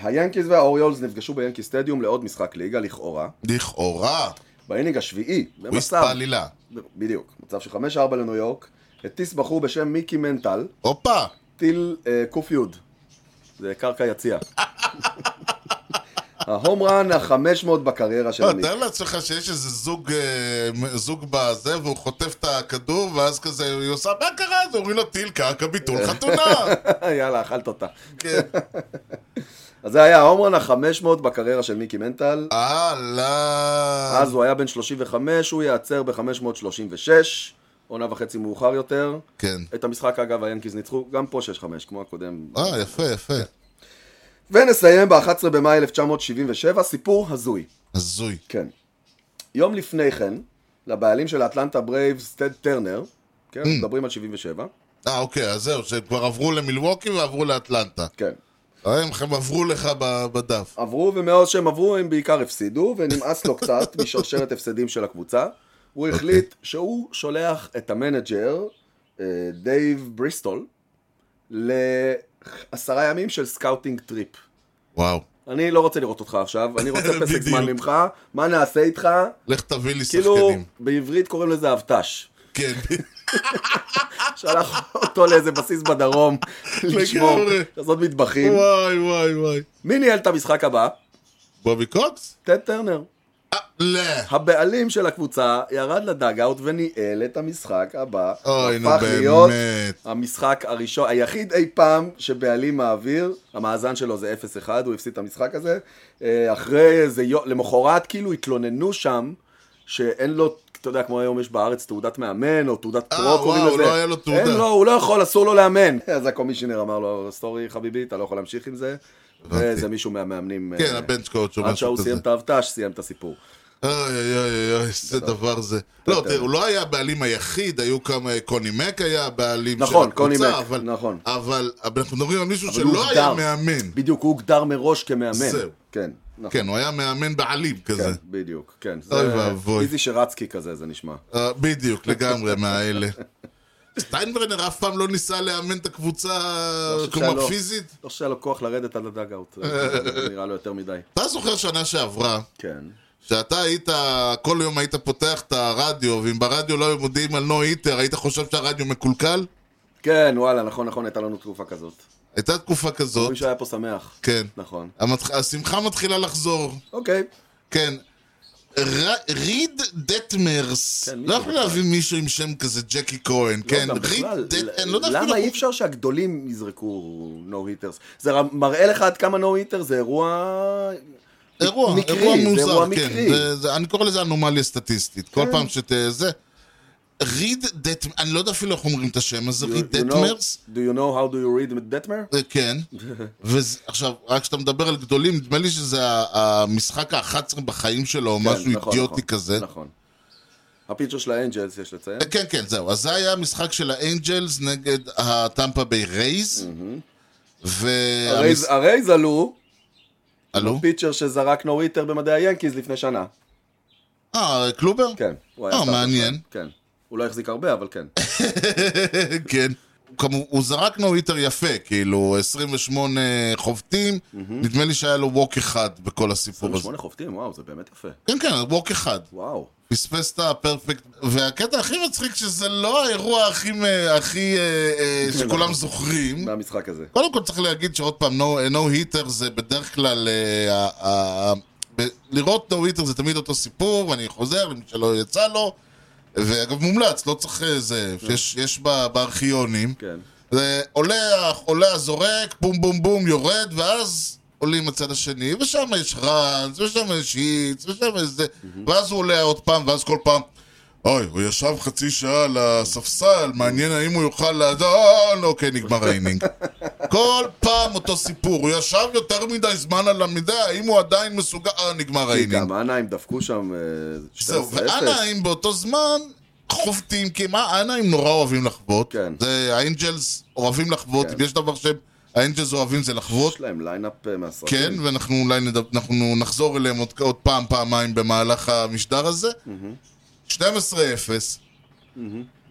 Speaker 2: היאנקיז והאוריולס נפגשו ביאנקי סטדיום לעוד משחק ליגה, לכאורה.
Speaker 1: לכאורה,
Speaker 2: באינינג השביעי,
Speaker 1: טוויסט
Speaker 2: במצב,
Speaker 1: בעלילה.
Speaker 2: בדיוק, מצב של 5-4 לניו יורק, הטיס בחור בשם מיקי מנטל,
Speaker 1: הופה,
Speaker 2: טיל אה, ק"י, זה קרקע יציע. ההום רן ה-500 בקריירה של
Speaker 1: לא,
Speaker 2: מיקי.
Speaker 1: תאר לעצמך שיש איזה זוג אה, מ- זוג בזה והוא חוטף את הכדור ואז כזה, היא עושה, מה קרה? אז אומרים לו טיל קרקע ביטול
Speaker 2: אה.
Speaker 1: חתונה.
Speaker 2: יאללה, אכלת אותה.
Speaker 1: כן.
Speaker 2: אז זה היה ההום רן ה-500 בקריירה של מיקי מנטל.
Speaker 1: הלאה.
Speaker 2: אז הוא היה בן 35, הוא ייעצר ב-536, עונה וחצי מאוחר יותר.
Speaker 1: כן.
Speaker 2: את המשחק, אגב, היאנקיז ניצחו, גם פה 6-5, כמו הקודם.
Speaker 1: אה, יפה, יפה.
Speaker 2: ונסיים ב-11 במאי 1977, סיפור הזוי.
Speaker 1: הזוי.
Speaker 2: כן. יום לפני כן, לבעלים של האטלנטה ברייבס, טד טרנר, כן, מדברים על 77,
Speaker 1: אה, אוקיי, אז זהו, שכבר עברו למילווקי ועברו לאטלנטה.
Speaker 2: כן.
Speaker 1: אה, הם הם עברו לך ב- בדף.
Speaker 2: עברו, ומאז שהם עברו הם בעיקר הפסידו, ונמאס לו קצת משרשרת הפסדים של הקבוצה. הוא החליט שהוא שולח את המנג'ר, אה, דייב בריסטול, לעשרה ימים של סקאוטינג טריפ.
Speaker 1: וואו.
Speaker 2: אני לא רוצה לראות אותך עכשיו, אני רוצה פסק זמן
Speaker 1: בדיוק.
Speaker 2: ממך, מה נעשה איתך?
Speaker 1: לך תביא לי
Speaker 2: כאילו,
Speaker 1: שחקנים.
Speaker 2: בעברית קוראים לזה אבט"ש.
Speaker 1: כן,
Speaker 2: שלח אותו לאיזה בסיס בדרום, לשמור,
Speaker 1: לגמרי.
Speaker 2: לעשות מטבחים.
Speaker 1: וואי, וואי, וואי.
Speaker 2: מי ניהל את המשחק הבא?
Speaker 1: בובי קוקס?
Speaker 2: טד טרנר.
Speaker 1: אה, לא.
Speaker 2: הבעלים של הקבוצה ירד לדאגאוט וניהל את המשחק הבא.
Speaker 1: אוי, נו,
Speaker 2: הפך להיות
Speaker 1: באמת.
Speaker 2: המשחק הראשון, היחיד אי פעם שבעלים מעביר, המאזן שלו זה 0-1, הוא הפסיד את המשחק הזה. אה, אחרי איזה יום, למחרת כאילו התלוננו שם, שאין לו, אתה יודע, כמו היום יש בארץ תעודת מאמן, או תעודת
Speaker 1: אה,
Speaker 2: פרו, קוראים
Speaker 1: וואו,
Speaker 2: לזה.
Speaker 1: לא היה לו תעודה.
Speaker 2: אין לו, הוא לא יכול, אסור לו לאמן. אז הקומישיונר אמר לו, סטורי חביבי, אתה לא יכול להמשיך עם זה. וזה מישהו מהמאמנים.
Speaker 1: כן,
Speaker 2: אה,
Speaker 1: הבנץ' קואוצ' או
Speaker 2: עד
Speaker 1: משהו
Speaker 2: שההוא
Speaker 1: כזה.
Speaker 2: סיים את האבט"ש, סיים את הסיפור.
Speaker 1: אוי אוי אוי אוי, איזה דבר זה. לא, תראה, הוא לא היה הבעלים היחיד, היו כמה, קוני מק היה הבעלים
Speaker 2: נכון,
Speaker 1: של
Speaker 2: קוני
Speaker 1: הקבוצה,
Speaker 2: מק,
Speaker 1: אבל-
Speaker 2: נכון.
Speaker 1: אבל אבל אנחנו מדברים על מישהו
Speaker 2: אבל הוא
Speaker 1: שלא היה
Speaker 2: הוגדר.
Speaker 1: מאמן.
Speaker 2: בדיוק, הוא הוגדר מראש כמאמן.
Speaker 1: זהו.
Speaker 2: כן, נכון.
Speaker 1: כן, הוא היה מאמן בעלים
Speaker 2: כן,
Speaker 1: כזה.
Speaker 2: בדיוק, כן.
Speaker 1: אוי
Speaker 2: זה
Speaker 1: ואבוי.
Speaker 2: איזי שרצקי כזה, זה נשמע.
Speaker 1: אה, בדיוק, לגמרי, מהאלה. סטיינברנר אף פעם לא ניסה לאמן את הקבוצה,
Speaker 2: לא חושב
Speaker 1: כלומר
Speaker 2: שהיה לו-
Speaker 1: פיזית.
Speaker 2: לא שהיה לו כוח לרדת עד הדאגאוט, זה נראה לו יותר מדי.
Speaker 1: אתה זוכר שנה שעברה,
Speaker 2: כן.
Speaker 1: שאתה היית, כל יום היית פותח את הרדיו, ואם ברדיו לא היו מודיעים על נו היטר, היית חושב שהרדיו מקולקל?
Speaker 2: כן, וואלה, נכון, נכון, הייתה לנו תקופה כזאת.
Speaker 1: הייתה תקופה כזאת,
Speaker 2: אומרים שהיה פה שמח.
Speaker 1: כן.
Speaker 2: נכון.
Speaker 1: המת- השמחה מתחילה לחזור,
Speaker 2: אוקיי.
Speaker 1: כן. ר- ריד דטמרס,
Speaker 2: כן, מי
Speaker 1: לא
Speaker 2: זה
Speaker 1: יכול
Speaker 2: בכלל?
Speaker 1: להביא מישהו עם שם כזה ג'קי כהן, כן,
Speaker 2: לא, גם
Speaker 1: ריד
Speaker 2: בכלל,
Speaker 1: דט... אני
Speaker 2: ל-
Speaker 1: לא יודע
Speaker 2: למה
Speaker 1: אפילו-
Speaker 2: אי אפשר שהגדולים יזרקו נו היטרס? זה ר- מראה לך עד כמה נו היטר זה אירוע...
Speaker 1: אירוע,
Speaker 2: מקרי,
Speaker 1: אירוע
Speaker 2: זה
Speaker 1: מוזר,
Speaker 2: אירוע
Speaker 1: כן.
Speaker 2: מקרי.
Speaker 1: זה- זה- אני קורא לזה אנומליה סטטיסטית. כל
Speaker 2: כן.
Speaker 1: פעם שת... זה... ריד דטמרס, אני לא יודע אפילו איך אומרים את השם הזה,
Speaker 2: You-
Speaker 1: ריד
Speaker 2: you know-
Speaker 1: דטמרס?
Speaker 2: Do you know how do you read דטמר?
Speaker 1: אה, כן. ועכשיו, רק כשאתה מדבר על גדולים, נדמה לי שזה ה- המשחק ה-11 בחיים שלו, או משהו אידיוטי כזה.
Speaker 2: כן, נכון. הפיצ'ר של האנג'לס, יש לציין.
Speaker 1: כן, כן, זהו. אז זה היה המשחק של האנג'לס נגד הטמפה ביי רייז.
Speaker 2: הרייז-
Speaker 1: והמס-
Speaker 2: Mm-hmm. הרייז עלו,
Speaker 1: הלו?
Speaker 2: פיצ'ר שזרק נו היטר במדעי היאנקיז לפני שנה.
Speaker 1: אה, קלובר?
Speaker 2: כן. הוא היה
Speaker 1: אה,
Speaker 2: סטארטר
Speaker 1: מעניין.
Speaker 2: שלהם, כן. הוא לא החזיק הרבה, אבל כן.
Speaker 1: כן. כמו, הוא זרק נו היטר יפה, כאילו, 28 חובטים,
Speaker 2: Mm-hmm.
Speaker 1: נדמה לי שהיה לו ווק אחד בכל הסיפור הזה.
Speaker 2: שמונה חובטים, וואו, זה באמת יפה.
Speaker 1: כן, כן, ווק אחד.
Speaker 2: וואו.
Speaker 1: פספס את הפרפקט, והקטע הכי מצחיק שזה לא האירוע הכי, מ- הכי אה, אה,
Speaker 2: כן, נכון.
Speaker 1: שכולם זוכרים.
Speaker 2: מהמשחק הזה.
Speaker 1: קודם כל צריך להגיד שעוד פעם, נו היטר זה בדרך כלל... אה, ה- ה- ב- לראות נו היטר זה תמיד אותו סיפור, ואני חוזר למי שלא יצא לו. ואגב, מומלץ, לא צריך אה, זה, יש, יש ב- בארכיונים.
Speaker 2: כן.
Speaker 1: זה עולה, עולה הזורק, בום בום בום, יורד, ואז עולים הצד השני, ושם יש ראנס, ושם יש היץ, ושם יש זה, ואז הוא עולה עוד פעם, ואז כל פעם, אוי, הוא ישב חצי שעה על הספסל, מעניין האם הוא יוכל לאדון, אוקיי, נגמר האינינג. כל פעם אותו סיפור, הוא ישב יותר מדי זמן על המידה, האם הוא עדיין מסוגל, אה, נגמר האינינג.
Speaker 2: גם אנהיים דפקו שם אה, 12-0.
Speaker 1: זהו, ואנהיים באותו זמן חובטים, כי מה, אנהיים נורא אוהבים לחבוט.
Speaker 2: כן.
Speaker 1: זה, האנג'לס אוהבים לחבוט,
Speaker 2: כן.
Speaker 1: אם יש דבר שהם, האנג'לס אוהבים זה לחבוט.
Speaker 2: יש להם ליינאפ אה, מהסרטים.
Speaker 1: כן, ואנחנו אולי נדב, אנחנו נחזור אליהם עוד, עוד פעם, פעמיים במהלך המשדר הזה. 12-0.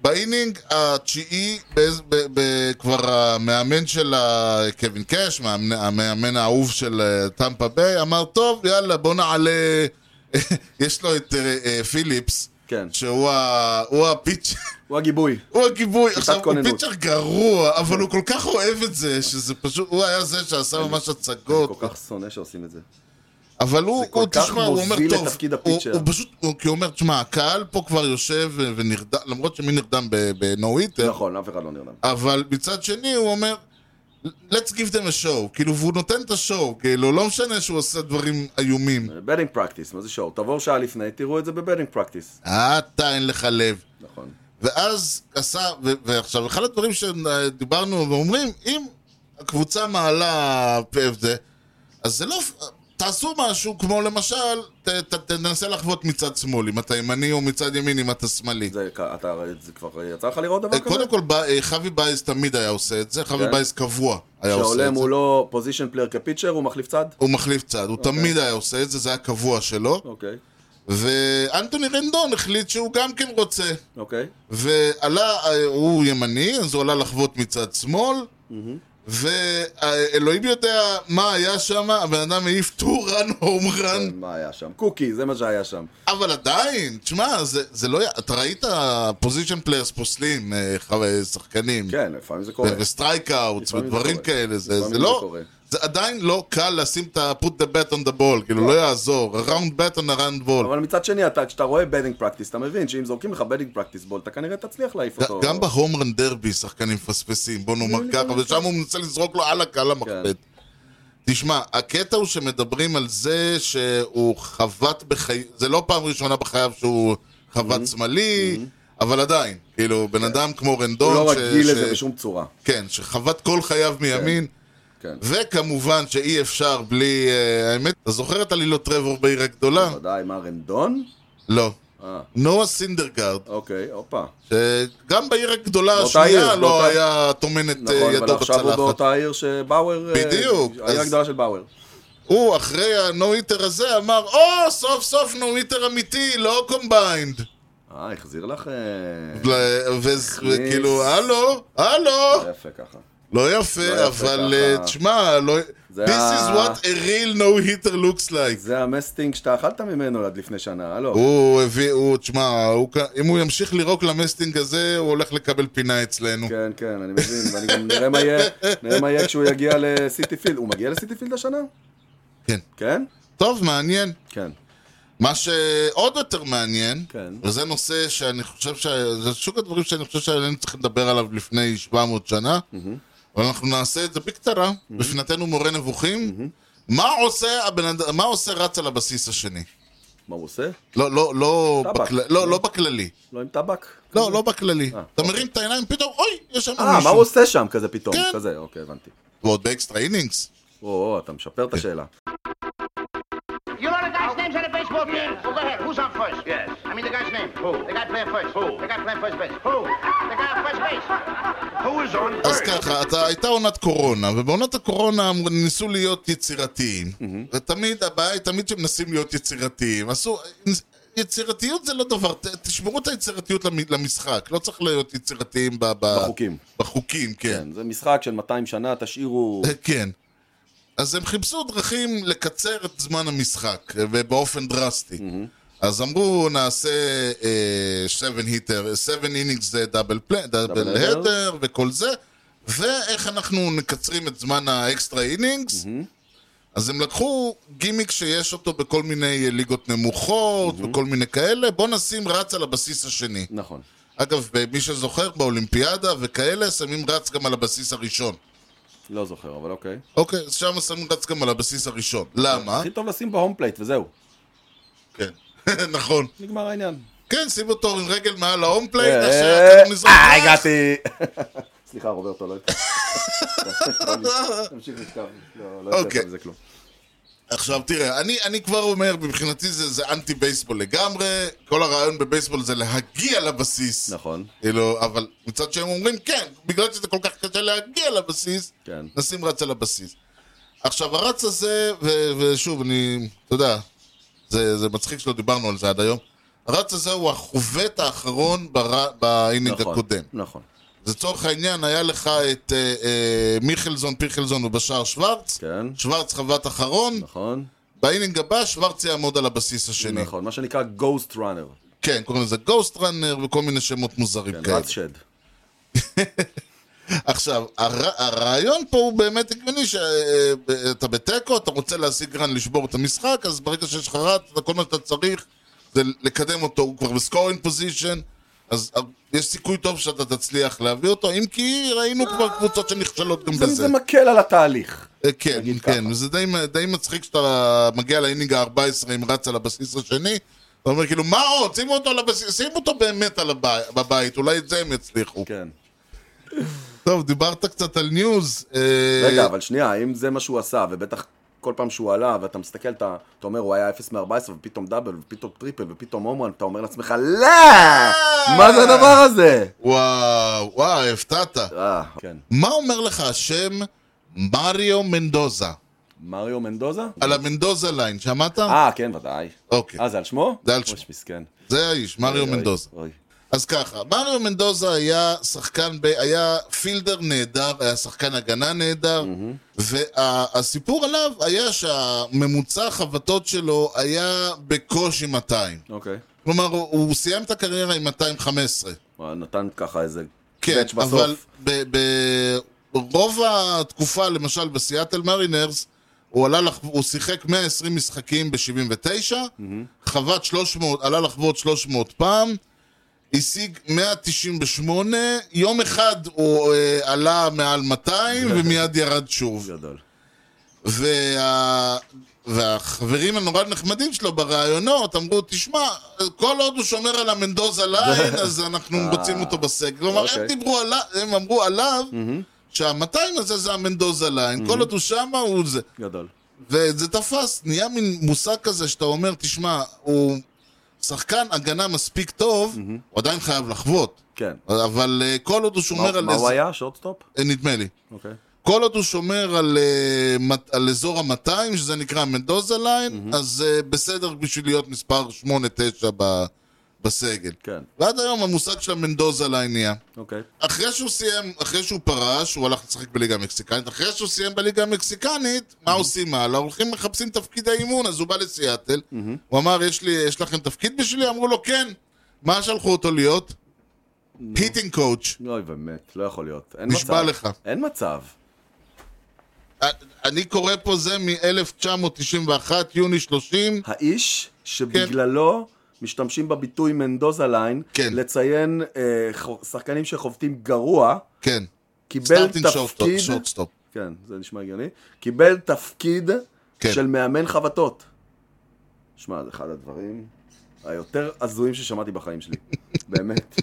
Speaker 1: באינינג התשיעי, באיז- ב- ב- כבר המאמן של ה- קווין קאש, מאמן- המאמן האהוב של אה, טמפה ביי, אמר, טוב, יאללה, בוא נעלה... יש לו את אה, אה, פיליפס,
Speaker 2: כן.
Speaker 1: שהוא ה- הוא הפיצ'ר,
Speaker 2: הוא הגיבוי.
Speaker 1: הוא הגיבוי. עכשיו, הוא
Speaker 2: כוננות.
Speaker 1: פיצ'ר גרוע, אבל הוא כל כך אוהב את זה, שזה פשוט, הוא היה זה שעשה ממש הצגות.
Speaker 2: כל כך שונא שעושים את זה.
Speaker 1: אבל הוא,
Speaker 2: זה כל
Speaker 1: הוא
Speaker 2: כך
Speaker 1: תשמע, הוא אומר,
Speaker 2: מוביל
Speaker 1: טוב,
Speaker 2: לתפקיד
Speaker 1: הוא,
Speaker 2: הפיצ'ר."
Speaker 1: הוא פשוט, הוא, כי הוא אומר, תשמע, הקהל פה כבר יושב ו- ונרדם, למרות שמי נרדם בנו היטר,
Speaker 2: נכון, אף אחד לא נרדם.
Speaker 1: אבל מצד שני הוא אומר, let's give them a show, כאילו, והוא נותן את השואו, כאילו, לא משנה שהוא עושה דברים איומים.
Speaker 2: בדינג פרקטיס, מה זה שואו? תבואו שעה לפני, תראו את זה בבדינג פרקטיס.
Speaker 1: "אה, אתה אין לך לב.
Speaker 2: נכון.
Speaker 1: ואז עשה, ו- ועכשיו, אחד הדברים שדיברנו ואומרים, אם הקבוצה מעלה פאב זה, אז זה לא... תעשו משהו כמו למשל, ת, ת, תנסה לחבוט מצד שמאל, אם אתה ימני, או מצד ימין, אם אתה שמאלי.
Speaker 2: זה כ- אתה- זה כבר יצא לך לראות
Speaker 1: אה,
Speaker 2: דבר כזה?
Speaker 1: קודם כל, ב- אה, חבי בייס תמיד היה עושה את זה, חבי
Speaker 2: כן.
Speaker 1: בייס קבוע היה עושה
Speaker 2: שהעולה
Speaker 1: את זה.
Speaker 2: מולו פוזיישן פלייר לא כפיצ'ר, הוא מחליף צד?
Speaker 1: הוא מחליף צד, הוא תמיד היה עושה את זה, זה היה קבוע שלו.
Speaker 2: אוקיי,
Speaker 1: ואנטוני רנדון החליט שהוא גם כן רוצה.
Speaker 2: אוקיי.
Speaker 1: ועלה, אה, הוא ימני, אז הוא עלה לחבוט מצד שמאל, ואלוהים יודע מה היה שם, הבן אדם העיף טו רן הום רן,
Speaker 2: מה היה שם? קוקי, זה מה שהיה שם.
Speaker 1: אבל עדיין, תשמע, זה, זה לא... היה- אתה ראית פוזיישן פליירס פוסלים, אה, ח- אה, שחקנים,
Speaker 2: כן, לפעמים זה קורה.
Speaker 1: וסטרייק אאוטס
Speaker 2: לפעמים זה
Speaker 1: ודברים
Speaker 2: קורה.
Speaker 1: כאלה, זה,
Speaker 2: לפעמים
Speaker 1: זה
Speaker 2: זה
Speaker 1: לא...
Speaker 2: קורה.
Speaker 1: זה עדיין לא קל לשים את ה- put the bet on the ball, כאילו לא יעזור, around bet on around ball.
Speaker 2: כן. אבל מצד שני, אתה, כשאתה רואה בדינג פרקטיס, אתה מבין שאם זורקים לך בדינג פרקטיס בול, אתה כנראה תצליח להעיף אותו. כן.
Speaker 1: גם בהומרן דרבי שחקנים מפספסים, בוא נאמר ככה, ושם הוא מנסה לזרוק לו על הקהל המחבט.
Speaker 2: כן.
Speaker 1: תשמע, הקטע הוא שמדברים על זה שהוא חבט בחי... זה לא פעם ראשונה בחייו שהוא
Speaker 2: Mm-hmm.
Speaker 1: חבט שמאלי, אבל עדיין, כאילו, בן אדם כמו
Speaker 2: כן. הוא
Speaker 1: רנדון,
Speaker 2: לא
Speaker 1: ש-
Speaker 2: רגיל לזה
Speaker 1: ש-
Speaker 2: בשום צורה.
Speaker 1: כן, שחבט כל חייו מימין,
Speaker 2: כן.
Speaker 1: וכמובן שאי אפשר בלי... אה, האמת, אתה זוכר את עלילות טרבור בעיר הגדולה?
Speaker 2: ודאי, מה, רנדון?
Speaker 1: לא.
Speaker 2: אה,
Speaker 1: נועה סינדרגרד.
Speaker 2: אוקיי, הופה.
Speaker 1: שגם בעיר הגדולה
Speaker 2: באותה
Speaker 1: השנייה
Speaker 2: עיר,
Speaker 1: לא
Speaker 2: באותה-
Speaker 1: היה טומן את אה,
Speaker 2: נכון, אבל
Speaker 1: ידו
Speaker 2: עכשיו הוא
Speaker 1: בצלחת.
Speaker 2: באותה עיר שבאואר... אה,
Speaker 1: בדיוק, אז-
Speaker 2: העיר הגדולה של באואר.
Speaker 1: הוא אחרי הנו-היטר הזה אמר, או, סוף סוף נו-היטר אמיתי, לא קומביינד.
Speaker 2: אה, החזיר לך... אה,
Speaker 1: וכאילו, הלו, הלו,
Speaker 2: יפה ככה.
Speaker 1: לא יפה,
Speaker 2: לא יפה
Speaker 1: אבל
Speaker 2: ככה.
Speaker 1: אה, תשמע, לא...
Speaker 2: זה
Speaker 1: This
Speaker 2: ה-
Speaker 1: is what a real no-hitter looks like.
Speaker 2: זה המסטינג שאתה אכלת ממנו עד לפני שנה, הלו.
Speaker 1: הוא הביא, הוא, תשמע, הוא כ- אם הוא ימשיך לירוק למסטינג הזה, הוא הולך לקבל פינה אצלנו.
Speaker 2: כן, כן, אני מבין, ואני גם נראה מה יהיה, נראה מה יהיה כשהוא יגיע לסיטי פילד. הוא מגיע לסיטי פילד השנה?
Speaker 1: כן.
Speaker 2: כן?
Speaker 1: טוב, מעניין.
Speaker 2: כן.
Speaker 1: מה שעוד יותר מעניין,
Speaker 2: כן.
Speaker 1: וזה נושא שאני חושב, ש... זה סוג הדברים שאני חושב שהיינו צריכים לדבר עליו לפני 700 שנה, אבל אנחנו נעשה את זה בקצרה, בפינתנו מורה נבוכים, מה עושה הבן אדם, מה עושה רץ על הבסיס השני?
Speaker 2: מה הוא עושה?
Speaker 1: לא, לא, לא,
Speaker 2: טבק.
Speaker 1: בכל... לא, לא בכללי.
Speaker 2: לא עם טבק?
Speaker 1: לא, לא בכללי.
Speaker 2: אה,
Speaker 1: אתה מרים את העיניים, פתאום, אוי, יש שם
Speaker 2: אה, מה הוא
Speaker 1: מישהו.
Speaker 2: עושה שם כזה פתאום?
Speaker 1: כן.
Speaker 2: כזה, אוקיי, הבנתי.
Speaker 1: ועוד באקסטרה אינינגס.
Speaker 2: או, או, אתה משפר את
Speaker 1: כן.
Speaker 2: השאלה.
Speaker 6: You know the guy's names on the baseball team. Well, go ahead. Who's on first? Yes. I mean the guy's name. Who? The guy playing first. Who? The guy playing first base. Who? The guy on first base.
Speaker 5: Who is on
Speaker 1: אז
Speaker 5: first?
Speaker 1: ככה, אתה, הייתה עונת קורונה, ובעונת הקורונה אמרו- ניסו להיות יצירתיים. ותמיד הבעיה היא תמיד שמנסים להיות יצירתיים. עשו... יצירתיות זה לא דבר, ת- תשמרו את היצירתיות למ- למשחק, לא צריך להיות יצירתיים ב- ב-
Speaker 2: בחוקים.
Speaker 1: בחוקים, כן.
Speaker 2: כן, זה משחק של 200 שנה, תשאירו...
Speaker 1: כן. אז הם חיפשו דרכים לקצר את זמן המשחק, אה, ובאופן דרסטי.
Speaker 2: Mm-hmm.
Speaker 1: אז אמרו, נעשה אה, 7 היטר, 7 אינינגס זה דאבל
Speaker 2: Double header.
Speaker 1: הדר וכל זה, ואיך אנחנו מקצרים את זמן האקסטרה אינינגס.
Speaker 2: Mm-hmm.
Speaker 1: אז הם לקחו גימיק שיש אותו בכל מיני אה, ליגות נמוכות
Speaker 2: Mm-hmm.
Speaker 1: וכל מיני כאלה, בוא נשים רץ על הבסיס השני.
Speaker 2: נכון.
Speaker 1: אגב, מי שזוכר, באולימפיאדה וכאלה, שמים רץ גם על הבסיס הראשון.
Speaker 2: לא זוכר, אבל אוקיי.
Speaker 1: אוקיי, אז שם שמים רץ גם על הבסיס הראשון. למה?
Speaker 2: הכי טוב לשים בהום פלייט וזהו.
Speaker 1: כן. נכון.
Speaker 2: נגמר העניין.
Speaker 1: כן, שים אותו עם רגל מעל ההום פלייט,
Speaker 2: אה,
Speaker 1: עכשיו לא
Speaker 2: אה,
Speaker 1: הכדור נזרק.
Speaker 2: אה, הגעתי! סליחה, רוברטו, לא תמשיך לתקוף. לא, לא
Speaker 1: אוקיי.
Speaker 2: מזה כלום.
Speaker 1: עכשיו תראה, אני, אני כבר אומר, מבחינתי זה, זה אנטי בייסבול לגמרי, כל הרעיון בבייסבול זה להגיע לבסיס.
Speaker 2: נכון.
Speaker 1: כאילו, אבל מצד שהם אומרים, כן, בגלל שזה כל כך קשה להגיע לבסיס,
Speaker 2: כן.
Speaker 1: נשים רץ על הבסיס. עכשיו, הרץ הזה, ו- ושוב, אני, אתה יודע, זה, זה מצחיק שלא דיברנו על זה עד היום, הרץ הזה הוא החובט האחרון בר- באינינג
Speaker 2: נכון,
Speaker 1: הקודם.
Speaker 2: נכון.
Speaker 1: לצורך העניין, היה לך את אה, אה, מיכלזון, פיכלזון ובשאר שוורץ.
Speaker 2: כן.
Speaker 1: שוורץ חבט אחרון.
Speaker 2: נכון.
Speaker 1: באינינג הבא שוורץ יעמוד על הבסיס השני.
Speaker 2: נכון, מה שנקרא Ghost Runner.
Speaker 1: כן, קוראים לזה גוסט ראנר וכל מיני שמות מוזרים
Speaker 2: כן,
Speaker 1: כאלה.
Speaker 2: רץ שד.
Speaker 1: עכשיו, הר... הרעיון פה הוא באמת הגיוני שאתה בתיקו, אתה רוצה להשיג רן לשבור את המשחק, אז ברגע שיש לך רץ, אתה- כל מה שאתה צריך זה לקדם אותו, הוא כבר בסקורינג פוזיישן, אז אה, יש סיכוי טוב שאתה תצליח להביא אותו, אם כי ראינו כבר קבוצות שנכשלות גם
Speaker 2: זה-
Speaker 1: בזה.
Speaker 2: זה מקל על התהליך.
Speaker 1: אה, כן,
Speaker 2: נגיד
Speaker 1: כן,
Speaker 2: ככה.
Speaker 1: וזה די, די מצחיק שאתה מגיע לאינינג ה-14 עם רץ על הבסיס השני, אתה אומר כאילו, מה עוד? שימו אותו, על הבסיס, שימו אותו באמת על הבית, בבית, אולי את זה הם יצליחו.
Speaker 2: כן.
Speaker 1: טוב, דיברת קצת על ניוז. אה,
Speaker 2: רגע, אבל שנייה, אם זה מה שהוא עשה, ובטח כל פעם שהוא עלה, ואתה מסתכל, אתה אתה אומר, הוא היה 0 מ-14, ופתאום דאבל, ופתאום טריפל, ופתאום הומרן, אתה אומר לעצמך, לא!
Speaker 1: אה!
Speaker 2: מה זה הדבר הזה?
Speaker 1: וואו, וואו, הפתעת.
Speaker 2: אה, כן.
Speaker 1: מה אומר לך השם מריו מנדוזה?
Speaker 2: מריו מנדוזה?
Speaker 1: על המנדוזה ליין, שמעת?
Speaker 2: אה, כן, ודאי.
Speaker 1: אוקיי.
Speaker 2: אה, זה על שמו?
Speaker 1: זה על שמו.
Speaker 2: אוי, מסכן.
Speaker 1: זה האיש, מריו
Speaker 2: אוי, אוי,
Speaker 1: מנדוזה.
Speaker 2: אוי.
Speaker 1: אז ככה, מריו מנדוזה היה שחקן, ב... היה פילדר נהדר, היה שחקן הגנה נהדר, והסיפור עליו היה שהממוצע חבטות שלו היה בקושי 200.
Speaker 2: אוקיי.
Speaker 1: כלומר, הוא, הוא סיים את הקריירה עם 215.
Speaker 2: הוא נתן ככה איזה
Speaker 1: כן,
Speaker 2: קאץ'
Speaker 1: אבל
Speaker 2: בסוף.
Speaker 1: ב- ב- ברוב התקופה, למשל בסיאטל מרינרס, הוא עלה, לח... הוא שיחק 120 משחקים ב-79, חבט 300, עלה לחבוט 300 פעם, השיג 198, יום אחד הוא אה, עלה מעל 200 ומיד ירד שוב.
Speaker 2: גדול.
Speaker 1: וה... והחברים הנורא נחמדים שלו בראיונות אמרו, תשמע, כל עוד הוא שומר על המנדוזה ליין, אז אנחנו רוצים אותו בסגל. כלומר, הם
Speaker 2: אה, אוקיי.
Speaker 1: דיברו עליו, הם אמרו עליו, שה-200 הזה זה המנדוזה ליין, כל עוד הוא שמה הוא זה.
Speaker 2: גדול.
Speaker 1: וזה תפס, נהיה מין מושג כזה שאתה אומר, תשמע, הוא שחקן הגנה מספיק טוב, הוא עדיין חייב לחוות.
Speaker 2: כן.
Speaker 1: אבל אה, כל עוד הוא
Speaker 2: מה
Speaker 1: שומר על
Speaker 2: מה הוא
Speaker 1: איזה...
Speaker 2: היה? שורטסטופ?
Speaker 1: אה, נדמה לי.
Speaker 2: אוקיי.
Speaker 1: כל עוד הוא שומר על, אה, מת- על אזור ה-200, שזה נקרא מנדוזה ליין, אז אה, בסדר בשביל להיות מספר 8-9 ב- בסגל.
Speaker 2: כן.
Speaker 1: ועד היום המושג של המנדוזה לעניין.
Speaker 2: אוקיי.
Speaker 1: אחרי שהוא סיים, אחרי שהוא פרש, הוא הלך לשחק בליגה המקסיקנית, אחרי שהוא סיים בליגה המקסיקנית, מה עושים הלאה? הולכים מחפשים תפקיד האימון, אז הוא בא לסיאטל, הוא אמר, יש, לי, יש לכם תפקיד בשבילי? אמרו לו, כן. מה שלחו אותו להיות? היטינג קואוץ'.
Speaker 2: אוי, באמת, לא יכול להיות. אין מצב.
Speaker 1: נשבע לך.
Speaker 2: אין מצב.
Speaker 1: אני קורא פה זה מ-1991, יוני 30,
Speaker 2: האיש שבגללו משתמשים בביטוי מנדוזה ליין,
Speaker 1: כן.
Speaker 2: לציין אה, חו- שחקנים שחובטים גרוע,
Speaker 1: כן.
Speaker 2: קיבל
Speaker 1: סטארטינג
Speaker 2: תפקיד...
Speaker 1: שורטסטופ.
Speaker 2: כן, זה נשמע הגיוני. קיבל תפקיד
Speaker 1: כן.
Speaker 2: של מאמן חבטות. שמע, זה אחד הדברים היותר הזויים ששמעתי בחיים שלי. באמת.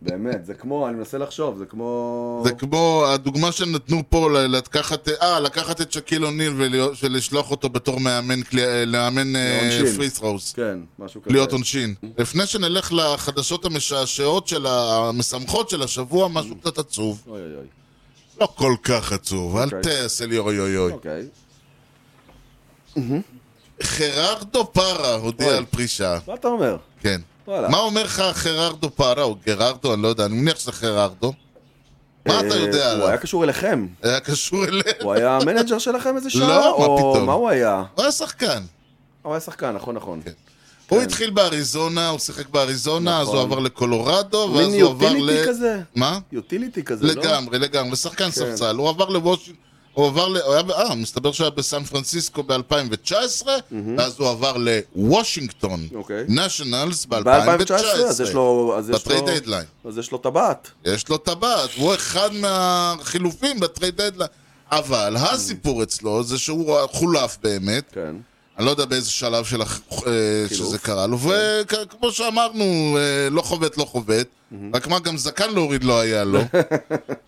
Speaker 2: באמת, זה כמו, אני מנסה לחשוב, זה כמו...
Speaker 1: זה כמו הדוגמה שנתנו פה, ל- לקחת, אה, לקחת את שקיל אוניל ולהיות- ולשלוח אותו בתור מאמן, כלי- אה, לאמן
Speaker 2: לעונשין.
Speaker 1: פרי ת'רוס.
Speaker 2: כן, משהו כזה.
Speaker 1: להיות עונשין. לפני שנלך לחדשות המשעשעות של ה- המשמחות של השבוע, משהו קצת עצוב.
Speaker 2: אוי אוי אוי.
Speaker 1: לא כל כך עצוב, אל
Speaker 2: אוקיי.
Speaker 1: תעשה לי אוי אוי אוי.
Speaker 2: אוקיי.
Speaker 1: חררדו פארה הודיע
Speaker 2: אוי.
Speaker 1: על פרישה,
Speaker 2: מה אתה אומר?
Speaker 1: כן.
Speaker 2: וואלה.
Speaker 1: מה אומר לך חררדו פארה או גררדו? אני לא יודע, אני מניח שזה חררדו. מה אתה
Speaker 2: אה,
Speaker 1: יודע
Speaker 2: הוא
Speaker 1: עליו?
Speaker 2: היה קשור אליכם.
Speaker 1: היה קשור אליהם.
Speaker 2: הוא היה המנג'ר שלכם איזה שעה?
Speaker 1: לא, מה
Speaker 2: או
Speaker 1: פתאום.
Speaker 2: מה הוא היה?
Speaker 1: הוא היה שחקן.
Speaker 2: הוא היה שחקן, נכון, נכון.
Speaker 1: כן. הוא התחיל באריזונה, הוא שיחק באריזונה, אז
Speaker 2: נכון.
Speaker 1: הוא עבר לקולורדו, ואז
Speaker 2: מין
Speaker 1: הוא עבר
Speaker 2: יוטיליטי
Speaker 1: ל...
Speaker 2: כזה?
Speaker 1: מה?
Speaker 2: יוטיליטי כזה, לא? כן.
Speaker 1: לגמרי, לגמרי, שחקן ספסל. הוא עבר לוושינגטון, הוא עבר ל... הוא היה ב- אה, מסתבר שהיה בסן פרנסיסקו ב-2019, ואז הוא עבר לוושינגטון,
Speaker 2: אוקיי.
Speaker 1: נשיונלס
Speaker 2: ב-2019,
Speaker 1: ב-2019.
Speaker 2: אז יש לו... אז יש
Speaker 1: בטרייד
Speaker 2: לו-
Speaker 1: דדליין.
Speaker 2: אז יש לו טבעת.
Speaker 1: יש לו טבעת, הוא אחד מהחילופים בטרייד דדליין. אבל הסיפור אצלו זה שהוא חולף באמת,
Speaker 2: כן.
Speaker 1: אני לא יודע באיזה שלב של הח... אה, שזה קרה לו, וכמו שאמרנו, אה, לא חובט, לא חובט, רק מה, גם זקן להוריד לא היה לו.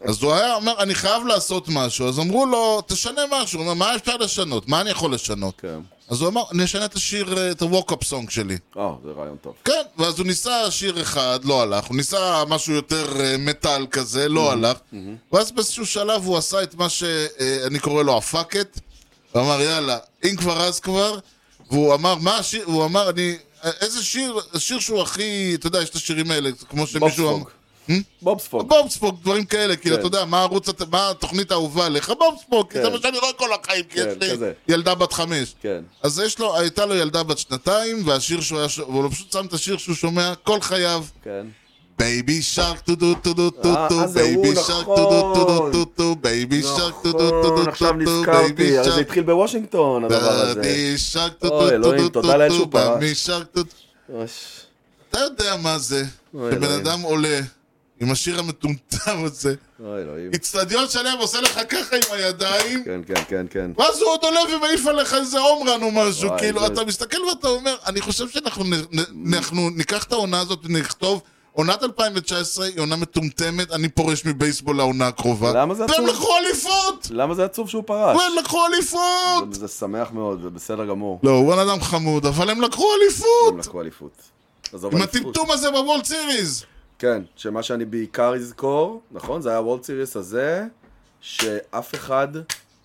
Speaker 1: אז הוא היה אומר, אני חייב לעשות משהו, אז אמרו לו, תשנה משהו, הוא אומר, מה אפשר לשנות? מה אני יכול לשנות?
Speaker 2: כן.
Speaker 1: אז הוא אמר, אני אשנה את השיר, אה, את הווק-אפ סונג שלי.
Speaker 2: אה, זה רעיון טוב.
Speaker 1: כן, ואז הוא ניסה שיר אחד, לא הלך, הוא ניסה משהו יותר אה, מטאל כזה, לא הלך, ואז באיזשהו שלב הוא עשה את מה שאני קורא לו הפאקט, הוא אמר יאללה, אם כבר אז כבר, והוא אמר, מה השיר, הוא אמר, אני, אה, איזה שיר, השיר שהוא הכי, אתה יודע, יש את השירים האלה, כמו שמישהו אמר, Hmm?
Speaker 2: בובספוג. בובספוג.
Speaker 1: בובספוג, דברים כאלה, כאילו,
Speaker 2: כן.
Speaker 1: אתה יודע, מה הערוץ, הת- מה התוכנית האהובה עליך, בובספוג, כי זה
Speaker 2: כן.
Speaker 1: מה שאני רואה כל החיים, כי
Speaker 2: כן,
Speaker 1: יש לי
Speaker 2: כזה.
Speaker 1: ילדה בת חמש.
Speaker 2: כן.
Speaker 1: אז יש לו, הייתה לו ילדה בת שנתיים, והשיר שהוא היה, ש- והוא לא פשוט שם את השיר שהוא שומע כל חייו.
Speaker 2: כן.
Speaker 1: בייבי שרק טו דו טו דו טו
Speaker 2: אה,
Speaker 1: טו,
Speaker 2: זה הוא,
Speaker 1: בייבי שרק טו דו טו דו
Speaker 2: נכון.
Speaker 1: טו טו, בייבי שרק טו דו טו דו
Speaker 2: נכון,
Speaker 1: טו
Speaker 2: עכשיו
Speaker 1: טו,
Speaker 2: נזכרתי,
Speaker 1: בייבי
Speaker 2: הרי זה
Speaker 1: שרק
Speaker 2: התחיל בוושינגטון, הדבר הזה.
Speaker 1: בייבי שרק טו
Speaker 2: אוי,
Speaker 1: דו
Speaker 2: אלוהים,
Speaker 1: טו דו
Speaker 2: תודה לאל
Speaker 1: טו טו,
Speaker 2: שהוא פרש.
Speaker 1: בייבי שרק טו טו.
Speaker 2: אוש.
Speaker 1: אתה יודע מה זה,
Speaker 2: אוי,
Speaker 1: שבן
Speaker 2: אלוהים.
Speaker 1: אדם עולה עם השיר המטומטם הזה,
Speaker 2: אוי, אלוהים.
Speaker 1: אצטדיון שלם עושה לך ככה עם הידיים,
Speaker 2: כן, כן, כן, כן.
Speaker 1: ואז הוא עוד עולה ומעיף עליך איזה עומרן או משהו,
Speaker 2: וואי,
Speaker 1: כאילו,
Speaker 2: זה-
Speaker 1: אתה מסתכל ואתה אומר, אני חושב שאנחנו נ- נ- אנחנו ניקח את העונה הזאת ונכתוב, עונת 2019 היא עונה מטומטמת, אני פורש מבייסבול לעונה הקרובה.
Speaker 2: למה זה
Speaker 1: והם
Speaker 2: עצוב?
Speaker 1: לקחו אליפות!
Speaker 2: למה זה עצוב שהוא פרש?
Speaker 1: והם לקחו אליפות!
Speaker 2: זה שמח מאוד, זה בסדר גמור.
Speaker 1: לא, הוא בן אדם חמוד, אבל הם לקחו
Speaker 2: הם
Speaker 1: אליפות!
Speaker 2: לקחו אליפות. עזוב
Speaker 1: עם
Speaker 2: אליפות.
Speaker 1: הטמטום הזה בוולד סיריז!
Speaker 2: כן, שמה שאני בעיקר אזכור, נכון? זה היה הוולד סיריס הזה, שאף אחד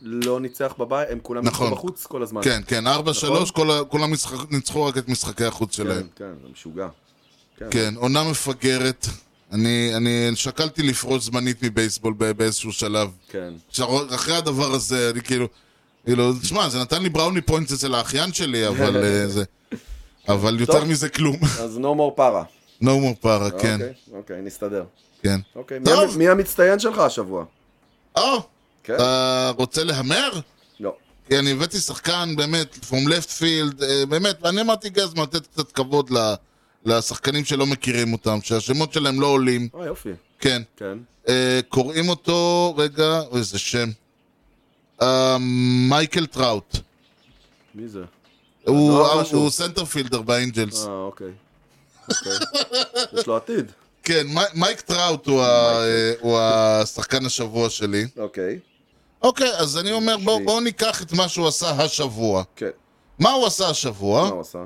Speaker 2: לא ניצח בבית, הם כולם
Speaker 1: נכון.
Speaker 2: ניצחו בחוץ כל הזמן.
Speaker 1: כן, כן, 4-3, כל ה- כולם משחק- ניצחו רק את משחקי החוץ שלהם.
Speaker 2: נכון. כן, כן, זה משוגע.
Speaker 1: כן, עונה מפגרת. אני, אני שקלתי לפרוש זמנית מבייסבול ב- באיזשהו שלב.
Speaker 2: כן.
Speaker 1: כשאר- אחרי הדבר הזה, אני כאילו... כאילו, תשמע, זה נתן לי בראוני פוינטס אצל האחיין שלי, אבל אה, זה... אבל יותר
Speaker 2: טוב.
Speaker 1: מזה כלום.
Speaker 2: אז no more para.
Speaker 1: no more פארה, כן,
Speaker 2: אוקיי, אוקיי, נסתדר.
Speaker 1: כן.
Speaker 2: אוקיי, מי
Speaker 1: טוב.
Speaker 2: המ- מי המצטיין שלך השבוע?
Speaker 1: או,
Speaker 2: כן?
Speaker 1: Oh, אתה רוצה להמר?
Speaker 2: לא.
Speaker 1: כי אני הבאתי שחקן באמת, from left field, אה, באמת, ואני אמרתי הגיע הזמן לתת קצת כבוד ל- לשחקנים שלא מכירים אותם, שהשמות שלהם לא עולים,
Speaker 2: אה, יופי.
Speaker 1: כן.
Speaker 2: כן.
Speaker 1: אה, קוראים אותו, רגע, איזה שם. אה, מייקל טראוט.
Speaker 2: מי זה?
Speaker 1: הוא
Speaker 2: אמר לא, משהו.
Speaker 1: הוא סנטרפילדר באנג'לס.
Speaker 2: אה, אוקיי. אוקיי. יש לו עתיד.
Speaker 1: כן, מי- מייק טראוט הוא ה- אה, הוא השחקן השבוע שלי.
Speaker 2: אוקיי.
Speaker 1: אוקיי, אז אני אומר, בוא-
Speaker 2: שלי.
Speaker 1: בואו ניקח את מה שהוא עשה השבוע.
Speaker 2: כן.
Speaker 1: מה הוא עשה
Speaker 2: מה
Speaker 1: השבוע?
Speaker 2: הוא עשה?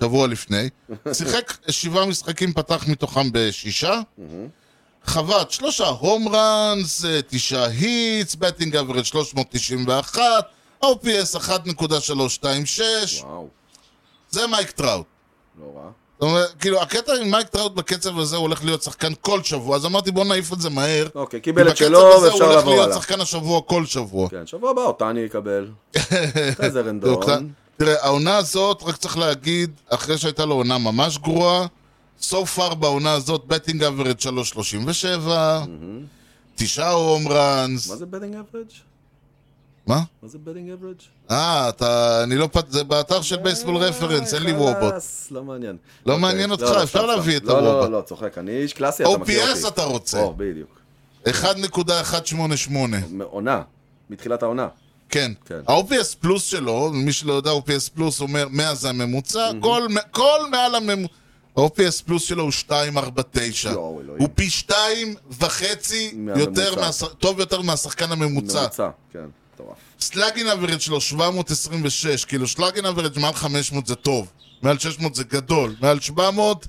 Speaker 1: שבוע לפני. שיחק שבעה משחקים, פתח מתוכם בשישה. חבט שלושה הום ראנס, אה, תשעה היטס, בטינג אברד 391, OPS 1.326,
Speaker 2: וואו.
Speaker 1: זה מייק טראוט.
Speaker 2: לא רע.
Speaker 1: זאת אומרת, כאילו, הקטע עם מייק טראוט בקצב הזה הוא הולך להיות שחקן כל שבוע, אז אמרתי בוא נעיף את זה מהר.
Speaker 2: אוקיי, קיבל את שלו, ואפשר
Speaker 1: הוא הולך
Speaker 2: לעבור
Speaker 1: להיות
Speaker 2: הלאה.
Speaker 1: שחקן השבוע כל שבוע.
Speaker 2: כן, נכון. שבוע הבא אותה אני אקבל. אחרי זה
Speaker 1: הוא קצת-
Speaker 2: רנדון.
Speaker 1: תראה, העונה הזאת, רק צריך להגיד, אחרי שהייתה לו עונה ממש גרועה, so far בעונה הזאת, בטינג אברד 337, תשעה הום ראנס,
Speaker 2: מה זה בדינג אברג'?
Speaker 1: מה?
Speaker 2: מה זה בדינג אברג'?
Speaker 1: אה, אתה, אני לא, פת- זה באתר של בייסבול רפרנס, אין לי וובוט.
Speaker 2: לא מעניין.
Speaker 1: לא
Speaker 2: אוקיי,
Speaker 1: מעניין אותך,
Speaker 2: לא,
Speaker 1: אפשר
Speaker 2: סתם, סתם.
Speaker 1: להביא את
Speaker 2: לא,
Speaker 1: הרובוט.
Speaker 2: לא, לא, צוחק, אני איש קלאסי, אתה מכיר אותי.
Speaker 1: OPS אתה רוצה,
Speaker 2: או, בדיוק.
Speaker 1: 1.188.
Speaker 2: עונה, מתחילת העונה.
Speaker 1: כן.
Speaker 2: כן.
Speaker 1: ה-OPS פלוס שלו, מי שלא יודע, OPS פלוס אומר 100 זה הממוצע, כל מ- כל מעל הממוצע. ה-OPS פלוס שלו הוא 2.49.
Speaker 2: יואו, אלוהים.
Speaker 1: הוא פי שתיים וחצי
Speaker 2: לא מהממוצע.
Speaker 1: יותר מהש- טוב יותר מהשחקן הממוצע.
Speaker 2: ממוצע, כן, מטורף.
Speaker 1: סלאגין אברג' שלו 726, כאילו סלאגין אברג' מעל 500 זה טוב, מעל 600 זה גדול, מעל 700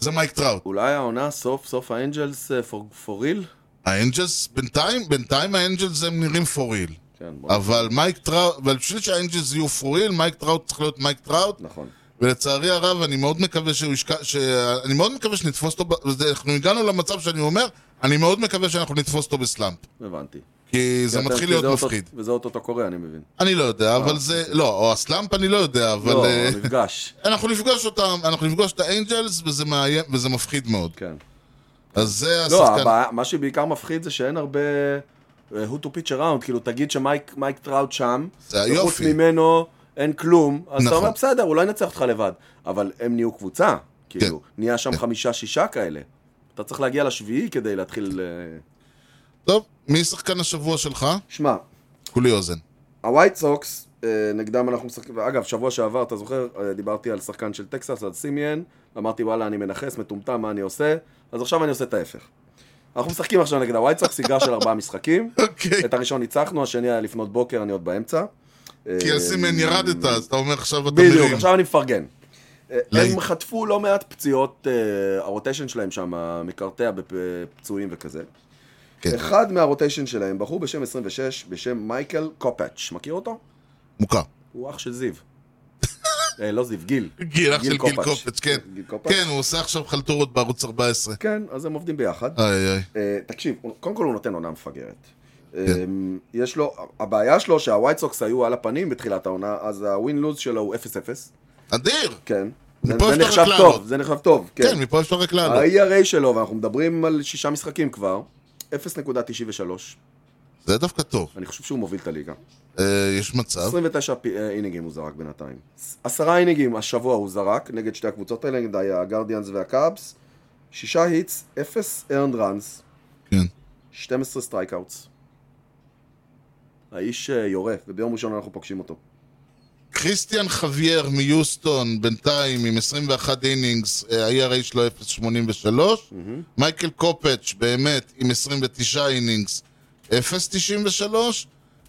Speaker 1: זה מייק טראוט.
Speaker 2: אולי העונה סוף סוף האנג'לס אה, פור ריל?
Speaker 1: האנג'לס, בינתיים, בינתיים האנג'לס הם נראים פוריל.
Speaker 2: כן, בוא נ-
Speaker 1: אבל מייק טראוט, אבל בשביל שהאנג'לס יהיו פוריל, מייק טראוט צריך להיות מייק טראוט,
Speaker 2: נכון.
Speaker 1: ולצערי הרב, אני מאוד מקווה שהוא ישק... ש... אני מאוד מקווה שנתפוס אותו... ב- וזה- אנחנו הגענו למצב שאני אומר, אני מאוד מקווה שאנחנו נתפוס אותו בסלאמפ.
Speaker 2: הבנתי.
Speaker 1: כי זה
Speaker 2: כי אתם-
Speaker 1: מתחיל
Speaker 2: כי
Speaker 1: להיות
Speaker 2: זה אוטו-
Speaker 1: מפחיד.
Speaker 2: וזה אוטוטו קורה, אני מבין.
Speaker 1: אני לא יודע, אבל זה... לא, או הסלאמפ אני לא יודע, אבל...
Speaker 2: אה, לא,
Speaker 1: אה,
Speaker 2: המפגש.
Speaker 1: אנחנו נפגוש אותם, אנחנו נפגוש את האנג'לס, וזה מאיים, וזה מפחיד מאוד.
Speaker 2: כן.
Speaker 1: אז זה
Speaker 2: לא,
Speaker 1: השחקן...
Speaker 2: הבעיה- מה שבעיקר מפחיד זה שאין הרבה... אה, who to pitch around, כאילו תגיד שמייק מייק טראוט שם,
Speaker 1: זה
Speaker 2: וחוץ
Speaker 1: היופי.
Speaker 2: ממנו אין כלום, אז אתה
Speaker 1: נכון.
Speaker 2: אומר בסדר, אולי נצח אותך לבד, אבל הם נהיו קבוצה, כאילו,
Speaker 1: כן.
Speaker 2: נהיה שם חמישה-שישה כאלה. אתה צריך להגיע לשביעי כדי להתחיל... אה,
Speaker 1: טוב, מי שחקן השבוע שלך?
Speaker 2: שמע,
Speaker 1: כולי אוזן.
Speaker 2: הווייט סוקס, אה, נגדם אנחנו משחקים, ואגב, שבוע שעבר, אתה זוכר, אה, דיברתי על שחקן של טקסס, על סימיאן, אמרתי וואלה, אני מנכס, מטומטם, מה אני עושה? אז עכשיו אני עושה את ההפך. אנחנו משחקים עכשיו נגד הווייט סוקס, סדרה של ארבעה משחקים.
Speaker 1: אוקיי.
Speaker 2: את הראשון ניצחנו, השני היה לפנות בוקר, אני עוד באמצע.
Speaker 1: כי על סימן ירדת, אז אתה אומר עכשיו אתה
Speaker 2: אה, בדיוק,
Speaker 1: מרים.
Speaker 2: עכשיו אני מפרגן. אה,
Speaker 1: לייט.
Speaker 2: הם חטפו לא מעט פציעות, אה, הרוטיישן שלהם שם אה, מקרטע בפצועים וכזה.
Speaker 1: כן.
Speaker 2: אחד מהרוטיישן שלהם, בחור בשם 26, בשם מייקל קופאץ', מכיר אותו?
Speaker 1: מוכר.
Speaker 2: הוא אח של זיו. אה, לא זיו, גיל.
Speaker 1: גיל, אח של גיל
Speaker 2: קופץ'.
Speaker 1: קופץ, כן.
Speaker 2: גיל קופץ'.
Speaker 1: כן, הוא עושה עכשיו חלטורות בערוץ 14.
Speaker 2: כן, אז הם עובדים ביחד.
Speaker 1: איי איי.
Speaker 2: אה, תקשיב, הוא- קודם כל הוא נותן עונה מפגרת. אה,
Speaker 1: כן.
Speaker 2: יש לו, הבעיה שלו שהווייט סוקס היו על הפנים בתחילת העונה, אז הווין-לוז שלו הוא 0-0.
Speaker 1: אדיר!
Speaker 2: כן.
Speaker 1: מפה אפשר
Speaker 2: זה זה נחשב
Speaker 1: רק לעלות.
Speaker 2: טוב, זה נחשב טוב.
Speaker 1: כן, מפה אפשר רק לעלות.
Speaker 2: ה-ERA שלו, ואנחנו מדברים על שישה משחקים כבר, 0.93.
Speaker 1: זה דווקא טוב.
Speaker 2: אני חושב שהוא מוביל את הליגה.
Speaker 1: אה, יש מצב.
Speaker 2: 29 פ- אה, אינינגים הוא זרק בינתיים. ס- עשרה אינינגים השבוע הוא זרק, נגד שתי הקבוצות האלה, נגד הגרדיאנס והקאבס. שישה היטס, אפס ארנד ראנס,
Speaker 1: כן.
Speaker 2: 12 סטרייקאוטס. האיש אה, יורה, וביום ראשון אנחנו פוגשים אותו.
Speaker 1: כריסטיאן חוויאר מיוסטון בינתיים עם 21 אינינגס, אה, ה-ERA שלו 0.83. מייקל קופץ' באמת עם 29 אינינגס, 0.93.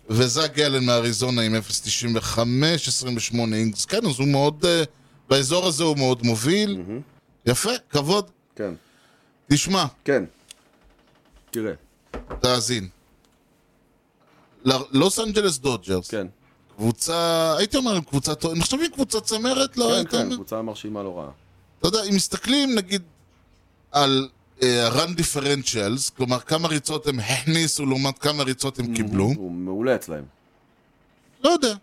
Speaker 1: וזאק גלן מאריזונה עם 0.95, 28 אינגס. כן, אז הוא מאוד, אה, באזור הזה הוא מאוד מוביל. יפה, כבוד.
Speaker 2: כן,
Speaker 1: תשמע,
Speaker 2: כן. תראה.
Speaker 1: תאזין. ל- לוס אנג'לס דודג'רס.
Speaker 2: כן,
Speaker 1: קבוצה, הייתי אומר, קבוצה טובה, אני חושב שהיא קבוצה צמרת, לא
Speaker 2: כן,
Speaker 1: הייתי
Speaker 2: כן,
Speaker 1: אומר.
Speaker 2: קבוצה מרשימה לא רעה.
Speaker 1: אתה יודע, אם מסתכלים נגיד על אה, run differentials, כלומר כמה ריצות הם הכניסו לעומת כמה ריצות הם קיבלו,
Speaker 2: הוא מעולה אצלהם.
Speaker 1: לא יודע.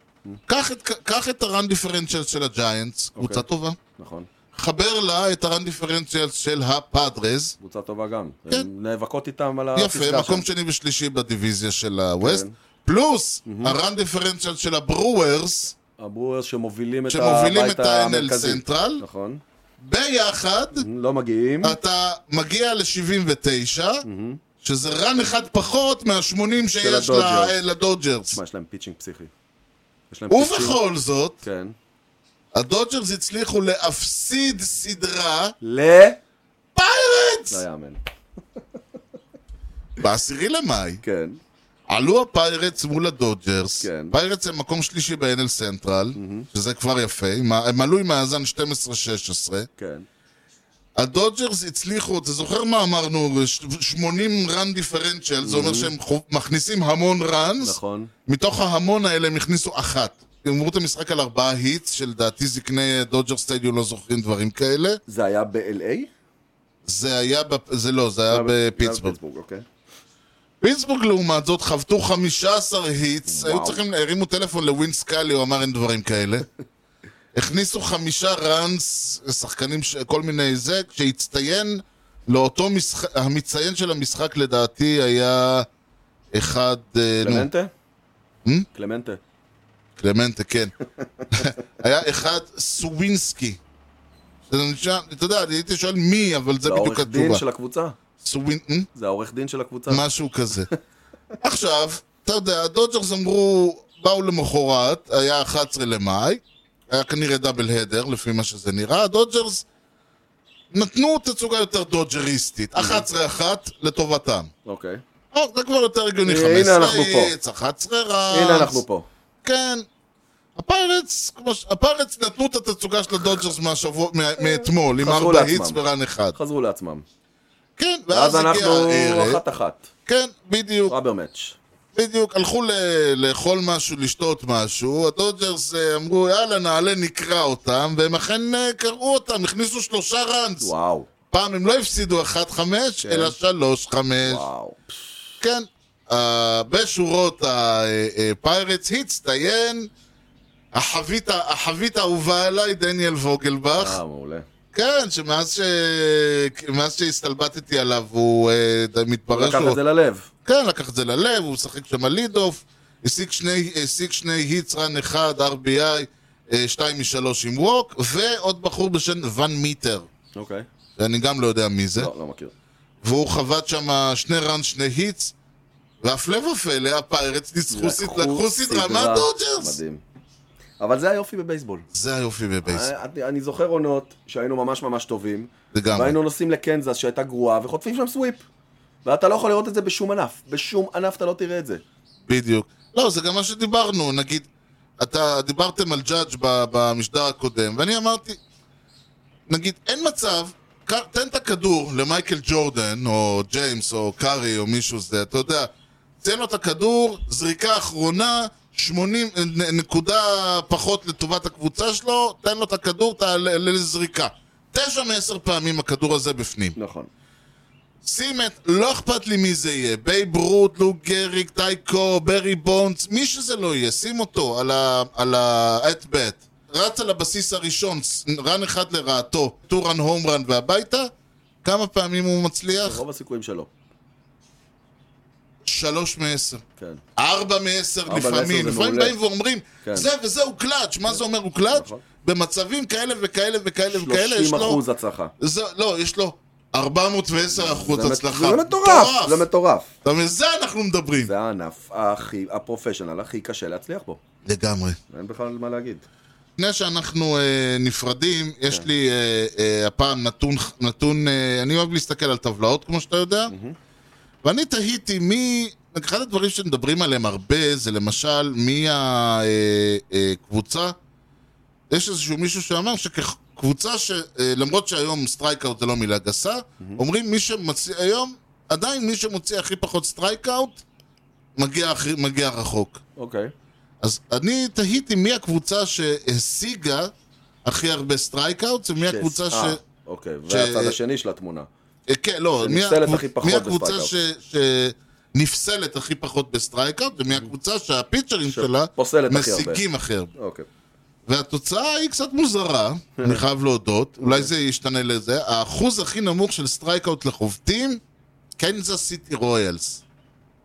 Speaker 1: קח את- קח את ה-run differentials של
Speaker 2: אוקיי.
Speaker 1: הג'יינטס, קבוצה טובה.
Speaker 2: נכון.
Speaker 1: חבר לה את ה-run differentials של הפאדרס,
Speaker 2: קבוצה טובה גם.
Speaker 1: כן.
Speaker 2: הן נאבקות איתם על הפסגה
Speaker 1: יפה, מקום
Speaker 2: אה, שם.
Speaker 1: שני ושלישי בדיוויזיה של ה-West,
Speaker 2: כן. Mm-hmm.
Speaker 1: פלוס ה-run differentials של הברוארס,
Speaker 2: הברוארס שמובילים את
Speaker 1: שמובילים
Speaker 2: הבית
Speaker 1: את ה-NL
Speaker 2: המרכזי.
Speaker 1: סנטרל,
Speaker 2: נכון.
Speaker 1: ביחד
Speaker 2: לא מגיעים.
Speaker 1: אה, אתה מגיע ל-79, שזה רן אחד פחות מה-80 שיש
Speaker 2: הדודג'רס.
Speaker 1: ל- אה, לדודג'רס.
Speaker 2: מה, יש להם פיצ'ינג פסיכי. יש להם פיצ'ינג-
Speaker 1: ובכל זאת,
Speaker 2: כן.
Speaker 1: הדודג'רס הצליחו להפסיד סדרה
Speaker 2: ל... לא
Speaker 1: פיירטס!
Speaker 2: יאמן.
Speaker 1: בעשירי למאי.
Speaker 2: כן.
Speaker 1: עלו הפיירטס מול הדודג'רס.
Speaker 2: כן.
Speaker 1: פיירטס הם מקום שלישי ב-NL סנטרל, שזה כבר יפה. עם ה- הם עלו עם מאזן 12-16.
Speaker 2: כן.
Speaker 1: הדודג'רס הצליחו, אתה זוכר מה אמרנו? ש- 80 רן דיפרנציאל, זה אומר שהם חו- מכניסים המון ראנס.
Speaker 2: נכון.
Speaker 1: מתוך ההמון האלה הם הכניסו אחת. גמרו את המשחק על ארבעה היטס, שלדעתי זקני אה, דודג'ר סטדיו לא זוכרים דברים כאלה.
Speaker 2: זה היה ב-LA?
Speaker 1: זה היה, בפ... זה לא, זה היה בפיטסבורג.
Speaker 2: אוקיי.
Speaker 1: פיטסבורג לעומת זאת חבטו 15 היטס, היו
Speaker 2: וואו.
Speaker 1: צריכים, הרימו טלפון לווין סקאלי, הוא אמר אין דברים כאלה. הכניסו חמישה ראנס, שחקנים, ש... כל מיני זה, שהצטיין לאותו משחק, המצטיין של המשחק לדעתי היה אחד, אה, נו,
Speaker 2: קלמנטה? קלמנטה.
Speaker 1: קלמנטה, כן. היה אחד סווינסקי. זה נשמע, אתה יודע, אני הייתי שואל מי, אבל זה
Speaker 2: זה
Speaker 1: בדיוק
Speaker 2: העורך דין
Speaker 1: התשובה.
Speaker 2: של הקבוצה.
Speaker 1: סווינ... אה?
Speaker 2: זה העורך דין של הקבוצה.
Speaker 1: משהו כזה. עכשיו, אתה יודע, הדודג'רס אמרו, באו למחרת, היה 11 למאי, היה כנראה דאבל הדר, לפי מה שזה נראה, הדודג'רס נתנו תצוגה יותר דודג'ריסטית, 11-1 לטובתם.
Speaker 2: אוקיי.
Speaker 1: או, זה כבר יותר הגיוני,
Speaker 2: הנה
Speaker 1: 15
Speaker 2: אנחנו פה.
Speaker 1: איץ, 11 רץ.
Speaker 2: הנה אנחנו פה.
Speaker 1: כן. הפיירטס, כמו ש... הפיירטס נתנו את התצוגה של הדודג'רס מהשבוע, מה- מאתמול, עם
Speaker 2: חזרו
Speaker 1: ארבע
Speaker 2: אה, לעצמם.
Speaker 1: היטס ורן אחד.
Speaker 2: חזרו לעצמם.
Speaker 1: כן, ואז
Speaker 2: ואז
Speaker 1: הגיע אה,
Speaker 2: אנחנו
Speaker 1: הערב.
Speaker 2: אחת-אחת.
Speaker 1: כן, בדיוק.
Speaker 2: ראבר מאץ'.
Speaker 1: בדיוק, הלכו ל- לאכול משהו, לשתות משהו, הדודג'רס אה, אמרו יאללה נעלה נקרא אותם, והם אכן אה, קראו אותם, הכניסו שלושה ראנס.
Speaker 2: וואו. כן.
Speaker 1: פעם הם לא הפסידו 1-5, אלא 3-5.
Speaker 2: וואו.
Speaker 1: כן. אה, בשורות הפיירטס הצטיין החבית, החבית האהובה עליי, דניאל ווגלבך.
Speaker 2: אה, מעולה.
Speaker 1: כן, שמאז ש... מאז שהסתלבטתי עליו, הוא אה, מתברר
Speaker 2: לקח
Speaker 1: שהוא...
Speaker 2: את זה ללב.
Speaker 1: כן, לקח את זה ללב, הוא משחק שם על לידאוף, השיג שני, השיג שני היטס, רן אחד, RBI, אה, שתיים משלוש עם ווק, ועוד בחור בשם ון מיטר,
Speaker 2: אוקיי.
Speaker 1: שאני גם לא יודע מי זה,
Speaker 2: לא, לא מכיר.
Speaker 1: והוא חבט שם שני ראנס, שני היטס, והפלא ופלא, הפיירטס ניצחו סד- לקחו סדרה מהדודג'רס.
Speaker 2: מדהים. אבל זה היופי בבייסבול.
Speaker 1: זה היופי בבייסבול,
Speaker 2: אה, אני- אני זוכר עונות שהיינו ממש ממש טובים,
Speaker 1: לגמרי.
Speaker 2: והיינו נוסעים לקנזס שהייתה גרועה, וחוטפים שם סוויפ. ואתה לא יכול לראות את זה בשום ענף. בשום ענף אתה לא תראה את זה.
Speaker 1: בדיוק. לא, זה גם מה שדיברנו, נגיד, אתה, דיברתם על ג'אדג' ב- במשדר הקודם, ואני אמרתי, נגיד, אין מצב, ק- תן את הכדור למייקל ג'ורדן, או ג'יימס, או קארי, או מישהו זה, אתה יודע, תן לו את הכדור, זריקה אחרונה, 80 נ- נקודה פחות לטובת הקבוצה שלו, תן לו את הכדור, תעלה לזריקה. תשע מעשר פעמים הכדור הזה בפנים.
Speaker 2: נכון.
Speaker 1: לא לא
Speaker 2: רוב הסיכויים שלא.
Speaker 1: שלוש מעשר.
Speaker 2: כן.
Speaker 1: ארבע מעשר
Speaker 2: ארבע מעשר
Speaker 1: לפעמים,
Speaker 2: זה
Speaker 1: לפעמים
Speaker 2: מעולה.
Speaker 1: באים ואומרים,
Speaker 2: כן.
Speaker 1: זה וזה הוא קלאץ', מה זה אומר הוא קלאץ'?
Speaker 2: נכון.
Speaker 1: במצבים כאלה וכאלה וכאלה וכאלה, יש
Speaker 2: 30
Speaker 1: לו...
Speaker 2: אחוז הצלחה.
Speaker 1: זה, לא, יש לו 410 אחוז
Speaker 2: זה מט-
Speaker 1: הצלחה.
Speaker 2: זה מטורף, זה מטורף.
Speaker 1: אתה מבין? זה אנחנו מדברים.
Speaker 2: זה הענף הכי, הפרופשיונל הכי קשה להצליח בו.
Speaker 1: לגמרי.
Speaker 2: אין בכלל מה להגיד.
Speaker 1: לפני שאנחנו אה, נפרדים, יש לי אה, אה, הפעם נתון, נתון אה, אני אוהב להסתכל על טבלאות, כמו שאתה יודע, ואני תהיתי מי... אחד הדברים שמדברים עליהם הרבה זה למשל מי הקבוצה. יש איזשהו מישהו שאמר שקבוצה ש... אה, למרות שהיום סטרייקאוט זה לא מילה גסה, אומרים מי שמוציא היום, עדיין מי שמוציא הכי פחות סטרייקאוט, מגיע, הכי- מגיע רחוק.
Speaker 2: אוקיי.
Speaker 1: אז אני תהיתי מי הקבוצה שהשיגה הכי הרבה סטרייקאוטס, ומי הקבוצה ש...
Speaker 2: אה, אוקיי, והצד השני של התמונה.
Speaker 1: אה, כן, לא, מי
Speaker 2: שנפסלת
Speaker 1: הקבוצ-
Speaker 2: הכי פחות
Speaker 1: מי הקבוצה ש... שנפסלת הכי פחות בסטרייקאוט, ומי הקבוצה שהפיצ'רים שלה
Speaker 2: שפוסלת הכי הרבה.
Speaker 1: משיגים הכי הרבה.
Speaker 2: אוקיי.
Speaker 1: והתוצאה היא קצת מוזרה, אני חייב להודות, אולי זה ישתנה לזה. האחוז הכי נמוך של סטרייקאוט לחובטים, קנזס סיטי רויאלס.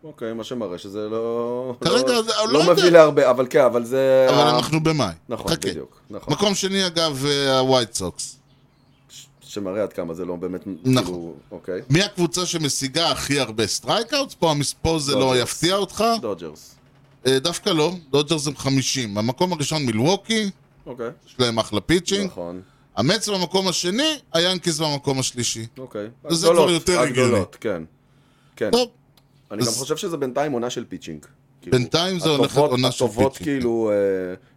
Speaker 2: אוקיי, מה שמראה שזה לא...
Speaker 1: כרגע,
Speaker 2: לא-
Speaker 1: זה- לא
Speaker 2: לא
Speaker 1: יודע.
Speaker 2: מביא להרבה, אבל כן, אבל זה...
Speaker 1: אבל
Speaker 2: ה-
Speaker 1: אנחנו במאי.
Speaker 2: נכון,
Speaker 1: חכה.
Speaker 2: בדיוק. נכון.
Speaker 1: מקום שני, אגב, אה, הווייט סוקס.
Speaker 2: שמראה עד כמה זה לא באמת...
Speaker 1: נכון.
Speaker 2: כאילו, אוקיי.
Speaker 1: מי הקבוצה שמשיגה הכי הרבה סטרייקאוטס? פה המספור זה לא
Speaker 2: דודג'רס.
Speaker 1: יפתיע אותך.
Speaker 2: דודג'רס.
Speaker 1: אה, דווקא לא, דודג'רס הם 50. במקום הראשון מילווקי,
Speaker 2: אוקיי.
Speaker 1: יש להם אחלה פיצ'ינג.
Speaker 2: נכון.
Speaker 1: המץ במקום השני, היאנקיז במקום השלישי.
Speaker 2: אוקיי.
Speaker 1: זה כבר
Speaker 2: הגדולות,
Speaker 1: יותר הגיוני.
Speaker 2: הגדולות, כן. כן.
Speaker 1: טוב,
Speaker 2: אני גם
Speaker 1: אז-
Speaker 2: חושב שזה בינתיים עונה של פיצ'ינג. כאילו,
Speaker 1: בינתיים זה הולך
Speaker 2: הטובות-
Speaker 1: עונה של
Speaker 2: הטובות
Speaker 1: פיצ'ינג,
Speaker 2: כאילו אה,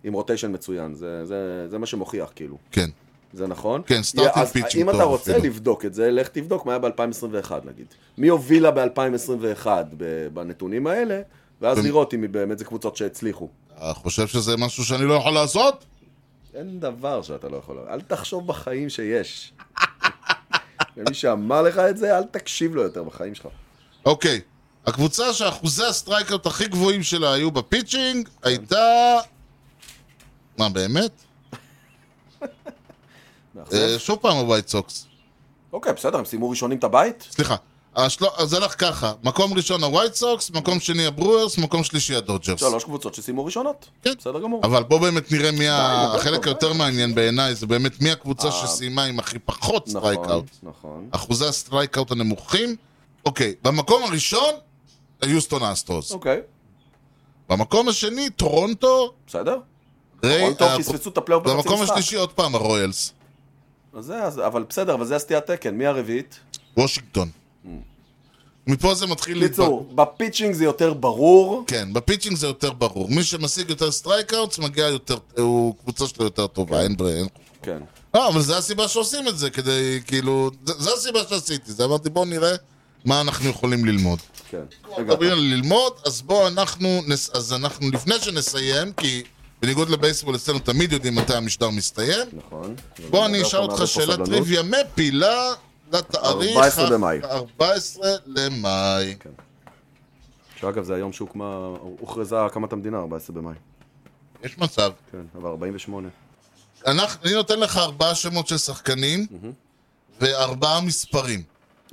Speaker 2: עם רוטיישן מצוין, זה- זה זה מה שמוכיח כאילו.
Speaker 1: כן.
Speaker 2: זה נכון?
Speaker 1: כן, starting
Speaker 2: אז
Speaker 1: pitching
Speaker 2: אם אתה
Speaker 1: טוב כאילו.
Speaker 2: רוצה
Speaker 1: אפילו.
Speaker 2: לבדוק את זה, לך תבדוק מה היה ב-2021 נגיד. מי הובילה ב-2021 בנתונים האלה, ואז לראות אם היא באמת זה קבוצות שהצליחו.
Speaker 1: אתה חושב שזה משהו שאני לא יכול לעשות?
Speaker 2: אין דבר שאתה לא יכול, אל תחשוב בחיים שיש. ומי שאמר לך את זה, אל תקשיב לו יותר בחיים שלך.
Speaker 1: אוקיי. הקבוצה שאחוזי הסטרייקות הכי גבוהים שלה היו בפיצ'ינג הייתה... מה, באמת?
Speaker 2: מאכזב.
Speaker 1: אה, שוב פעם הווייט סוקס.
Speaker 2: אוקיי, בסדר, הם סיימו ראשונים את הבית?
Speaker 1: סליחה. השל- אז זה הלך ככה, מקום ראשון הווייט סוקס, מקום שני הברוורס, מקום שלישי הדודג'רס.
Speaker 2: שלוש קבוצות שסיימו ראשונות.
Speaker 1: כן.
Speaker 2: בסדר גמור.
Speaker 1: אבל בוא באמת נראה מי ה...
Speaker 2: די,
Speaker 1: החלק
Speaker 2: די,
Speaker 1: היותר מעניין בעיניי זה באמת מי הקבוצה
Speaker 2: אה.
Speaker 1: שסיימה עם הכי פחות
Speaker 2: נכון,
Speaker 1: סטרייקאוט.
Speaker 2: נכון.
Speaker 1: אחוזי הסטרייקאוט הנמוכים. אוקיי, במקום הראשון, היוסטון אסטרוס.
Speaker 2: אוקיי,
Speaker 1: במקום השני, טורונטו.
Speaker 2: בסדר.
Speaker 1: ריי-
Speaker 2: טורונטו
Speaker 1: ה-
Speaker 2: פספסו Mm. את הפלייאוף בחצי
Speaker 1: אה, במקום
Speaker 2: משחק.
Speaker 1: השלישי, עוד פעם, הרויאלס.
Speaker 2: אז זה- אז- אבל בסדר, אבל זה הסטיית תקן. מי הרביעית?
Speaker 1: כן, וושינגטון. מפה זה מתחיל להתפ-
Speaker 2: קיצור, בפיצ'ינג זה יותר ברור.
Speaker 1: כן, בפיצ'ינג זה יותר ברור. מי שמשיג יותר סטרייקאוטס, מגיע יותר... הוא קבוצה שלו יותר טובה, אין ברירה.
Speaker 2: כן.
Speaker 1: לא, אבל זה הסיבה שעושים את זה, כדי, כאילו... זה זה הסיבה שעשיתי. זה אמרתי, בואו נראה מה אנחנו יכולים ללמוד.
Speaker 2: כן. רגע,
Speaker 1: מדברים על ללמוד, אז בואו אנחנו, נס- אז אנחנו, לפני שנסיים, כי בניגוד לבייסבול אצלנו תמיד יודעים מתי המשדר מסתיים,
Speaker 2: נכון.
Speaker 1: בוא אני
Speaker 2: מדבר
Speaker 1: אשאל
Speaker 2: פה
Speaker 1: אותך
Speaker 2: מהרבה
Speaker 1: שאלה
Speaker 2: סבלנות.
Speaker 1: טריוויה מפילה לתאריך
Speaker 2: 14 במאי.
Speaker 1: 14 למאי.
Speaker 2: שאגב, זה היום שהוקמה, הוכרזה הקמת המדינה, 14 במאי.
Speaker 1: יש מצב.
Speaker 2: כן, אבל 48.
Speaker 1: אנחנו, אני נותן לך ארבעה שמות של שחקנים וארבעה מספרים.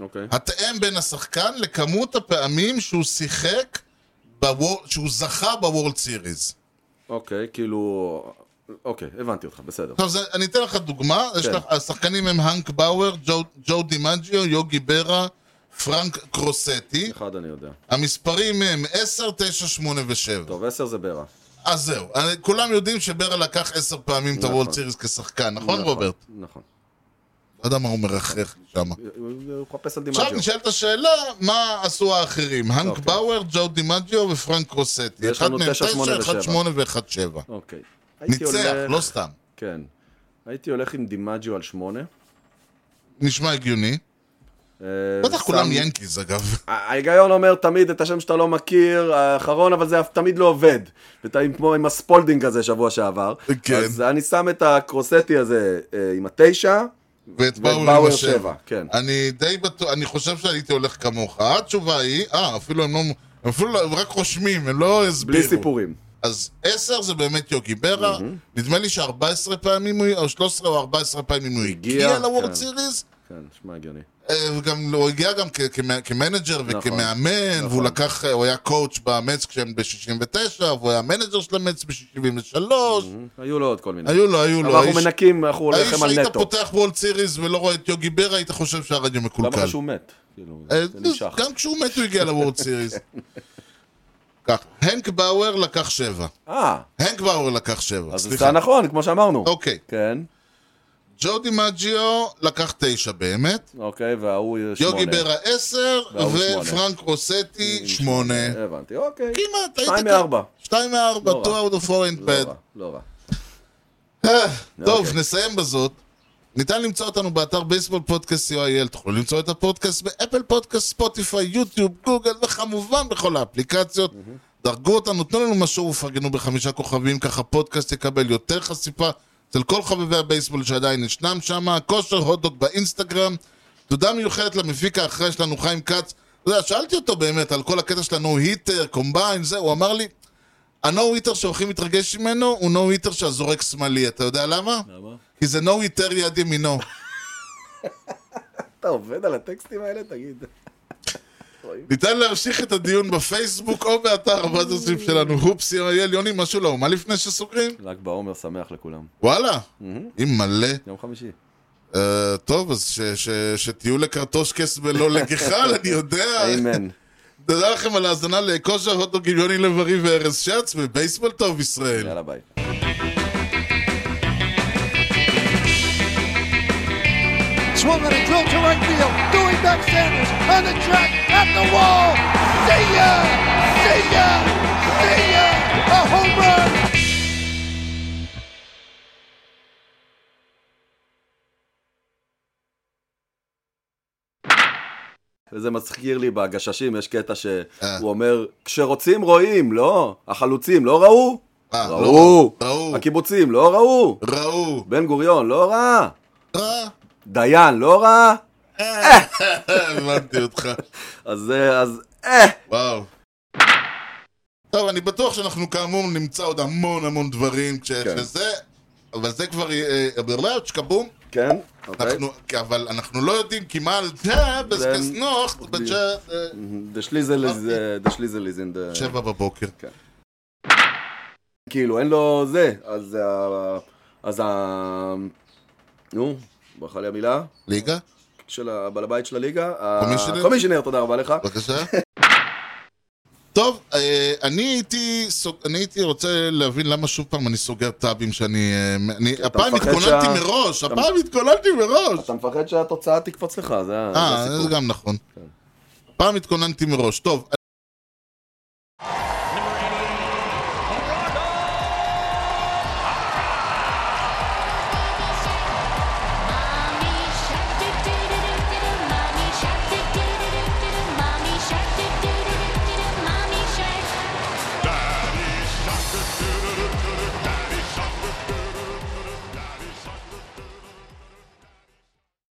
Speaker 2: אוקיי.
Speaker 1: התאם בין השחקן לכמות הפעמים שהוא שיחק, בוור- שהוא זכה בוורלד סיריז.
Speaker 2: אוקיי, כאילו... אוקיי, הבנתי אותך, בסדר.
Speaker 1: עכשיו, זה, אני אתן לך דוגמה,
Speaker 2: כן.
Speaker 1: יש לך, השחקנים הם הנק באואר, ג'ו, ג'ו דימג'יו, יוגי ברה, פרנק קרוסטי,
Speaker 2: אחד אני יודע.
Speaker 1: המספרים הם 10, 9, 8 ו-7.
Speaker 2: טוב, 10 זה ברה.
Speaker 1: אז זהו, אני- כולם יודעים שברה לקח 10 פעמים את
Speaker 2: נכון.
Speaker 1: הוולד סיריס כשחקן, נכון
Speaker 2: נכון,
Speaker 1: רוברט?
Speaker 2: נכון.
Speaker 1: לא יודע מה הוא מרחך לי שם.
Speaker 2: הוא הוא מחפש על
Speaker 1: עכשיו
Speaker 2: דימג'יו.
Speaker 1: נשאלת השאלה, מה עשו האחרים? הנק
Speaker 2: אוקיי.
Speaker 1: באואר, ג'ו דימג'יו ופרנק קרוסטי.
Speaker 2: ויש
Speaker 1: אחד
Speaker 2: לנו
Speaker 1: מהם
Speaker 2: 9, 8
Speaker 1: 9, 1,
Speaker 2: ו-7.
Speaker 1: 8 ו-1, 7.
Speaker 2: אוקיי. הייתי
Speaker 1: ניצח,
Speaker 2: הולך-
Speaker 1: לא סתם.
Speaker 2: כן. הייתי הולך עם דימג'יו על 8.
Speaker 1: נשמע הגיוני. בטח כולם ינקיז, אגב.
Speaker 2: אה, ההיגיון אומר תמיד את השם שאתה לא מכיר, האחרון, אבל זה אף תמיד לא עובד. ואתה עם- כמו עם הספולדינג הזה שבוע שעבר.
Speaker 1: כן.
Speaker 2: אז אני שם את הקרוסטי הזה אה, עם התשע,
Speaker 1: ואת
Speaker 2: ואת
Speaker 1: באואר עם
Speaker 2: באואר
Speaker 1: השבע. אה,
Speaker 2: שבע, כן.
Speaker 1: אני די בטוח, אני חושב שהייתי הולך כמוך. התשובה היא, אה, אפילו הם לא, הם אפילו לא, הם רק רושמים, הם לא הסבירו.
Speaker 2: בלי סיפורים.
Speaker 1: אז 10 זה באמת יוגי ברה, נדמה לי ש-14 פעמים, הוא- או 13 או 14 פעמים הוא הגיע
Speaker 2: הגיע,
Speaker 1: לוורד
Speaker 2: כן.
Speaker 1: סיריס,
Speaker 2: כן, נשמע הגיוני.
Speaker 1: אה, וגם הוא הגיע גם כ- כמ- כמנג'ר וכמאמן, והוא
Speaker 2: נכון.
Speaker 1: לקח, אה, הוא היה קואוץ' במץ כשהם ב-69, והוא היה מנג'ר של המץ ב-73,
Speaker 2: היו לו עוד כל מיני.
Speaker 1: היו לו, היו
Speaker 2: Mm-hmm.
Speaker 1: לו.
Speaker 2: אבל אנחנו
Speaker 1: לא, האיש-
Speaker 2: מנקים, אנחנו
Speaker 1: האיש
Speaker 2: הולכים על
Speaker 1: שהיית
Speaker 2: נטו.
Speaker 1: פותח וולד סיריס ולא רואה את יוגי ברה, היית חושב שהרדיו
Speaker 2: למה
Speaker 1: מקולקל.
Speaker 2: שהוא מת? כאילו,
Speaker 1: אה,
Speaker 2: זה נמשך.
Speaker 1: גם כשהוא מת הוא הגיע לוורד סיריס. כך, הנק באואר לקח שבע.
Speaker 2: אה,
Speaker 1: הנק באואר לקח שבע,
Speaker 2: אז זה
Speaker 1: סליחה.
Speaker 2: היה נכון, כמו שאמרנו.
Speaker 1: אוקיי,
Speaker 2: כן,
Speaker 1: ג'ו דימג'יו לקח תשע באמת,
Speaker 2: אוקיי, וההוא יהיה שמונה.
Speaker 1: יוגי ברה עשר,
Speaker 2: והוא שמונה. Mm,
Speaker 1: ופרנק רוסטי שמונה.
Speaker 2: הבנתי, אוקיי.
Speaker 1: כמעט,
Speaker 2: שתיים
Speaker 1: קרוב.
Speaker 2: מארבע.
Speaker 1: שתיים מארבע,
Speaker 2: לא
Speaker 1: 2 out of 4 in
Speaker 2: לא
Speaker 1: bad.
Speaker 2: רע, לא רע.
Speaker 1: אה, טוב,
Speaker 2: אוקיי.
Speaker 1: נסיים בזאת. ניתן למצוא אותנו באתר בייסבול פודקאסט co.il, תוכלו למצוא את הפודקאסט באפל פודקאסט, ספוטיפיי, יוטיוב, גוגל, וכמובן בכל האפליקציות. דרגו אותנו, תנו לנו משהו ופרגנו בחמישה כוכבים, ככה הפודקאסט יקבל יותר חשיפה אצל כל חובבי הבייסבול שעדיין ישנם שם, כושר הוטדוק באינסטגרם. תודה מיוחדת למפיק האחראי שלנו, חיים כץ. אתה יודע, שאלתי אותו באמת על כל הקטע שלנו, היטר, קומביין, זה, הוא אמר לי, הנו היטר שהכי מתרגש ממנו הוא נו היטר שהזורק שמאלי, אתה יודע למה?
Speaker 2: למה?
Speaker 1: כי זה נו היטר יד ימינו.
Speaker 2: אתה עובד על הטקסטים האלה? תגיד.
Speaker 1: ניתן להמשיך את הדיון בפייסבוק או באתר הבאזוסים שלנו, הופסי אריאל, יוני, משהו לא, מה לפני שסוגרים?
Speaker 2: ל"ג בעומר שמח לכולם.
Speaker 1: וואלה, אם מלא.
Speaker 2: יום חמישי.
Speaker 1: אה, טוב, אז ש- ש- שתהיו לקרטושקס ולא לגחל, אני יודע.
Speaker 2: איימן.
Speaker 1: תודה לכם על ההאזנה לכושר הוטדוג עם יוני לב-ארי וארז שץ, ובייסבול טוב ישראל.
Speaker 2: יאללה ביי.
Speaker 5: Swung and a drill to right field. Dewey back Sanders on the track at the wall. See ya! See ya! See ya! A home run!
Speaker 2: וזה מזכיר לי
Speaker 1: אה.
Speaker 2: בגששים, יש קטע שהוא אומר, כשרוצים רואים, לא? החלוצים לא ראו?
Speaker 1: אה, לא
Speaker 2: ראו.
Speaker 1: ראו.
Speaker 2: הקיבוצים לא ראו.
Speaker 1: ראו. אה.
Speaker 2: בן גוריון לא ראה.
Speaker 1: רע.
Speaker 2: דיין לא ראה. אה.
Speaker 1: הבנתי אותך.
Speaker 2: אז זה, אז אה.
Speaker 1: וואו. טוב, אני בטוח שאנחנו כאמור נמצא עוד המון המון דברים כש-
Speaker 2: כן.
Speaker 1: שזה, אבל זה כבר... אה, אה, שקבום.
Speaker 2: כן? אוקיי.
Speaker 1: אנחנו, אבל אנחנו לא יודעים כי מה על זה, בסקס נוח,
Speaker 2: דשליזל
Speaker 1: אוקיי.
Speaker 2: is, אה, דשליזל is in the...
Speaker 1: שבע בבוקר.
Speaker 2: כאילו, אין לו זה. אז ה... אז ה... נו, ברכה לי המילה.
Speaker 1: ליגה?
Speaker 2: של הבעל הבית של הליגה. ה-
Speaker 1: קומישיונר? לא-
Speaker 2: קומישיונר, תודה רבה לך.
Speaker 1: בבקשה. טוב, אה, אני הייתי, סוג- אני הייתי רוצה להבין למה שוב פעם אני סוגר טאבים שאני... אה, אני, הפעם
Speaker 2: מפחד
Speaker 1: התכוננתי
Speaker 2: שה-
Speaker 1: מראש,
Speaker 2: אתה-
Speaker 1: הפעם התכוננתי מראש.
Speaker 2: אתה מפחד שהתוצאה תקפוץ לך, זה כן. ה- זה
Speaker 1: אה,
Speaker 2: הסיפור.
Speaker 1: זה גם נכון. פעם התכוננתי מראש. טוב,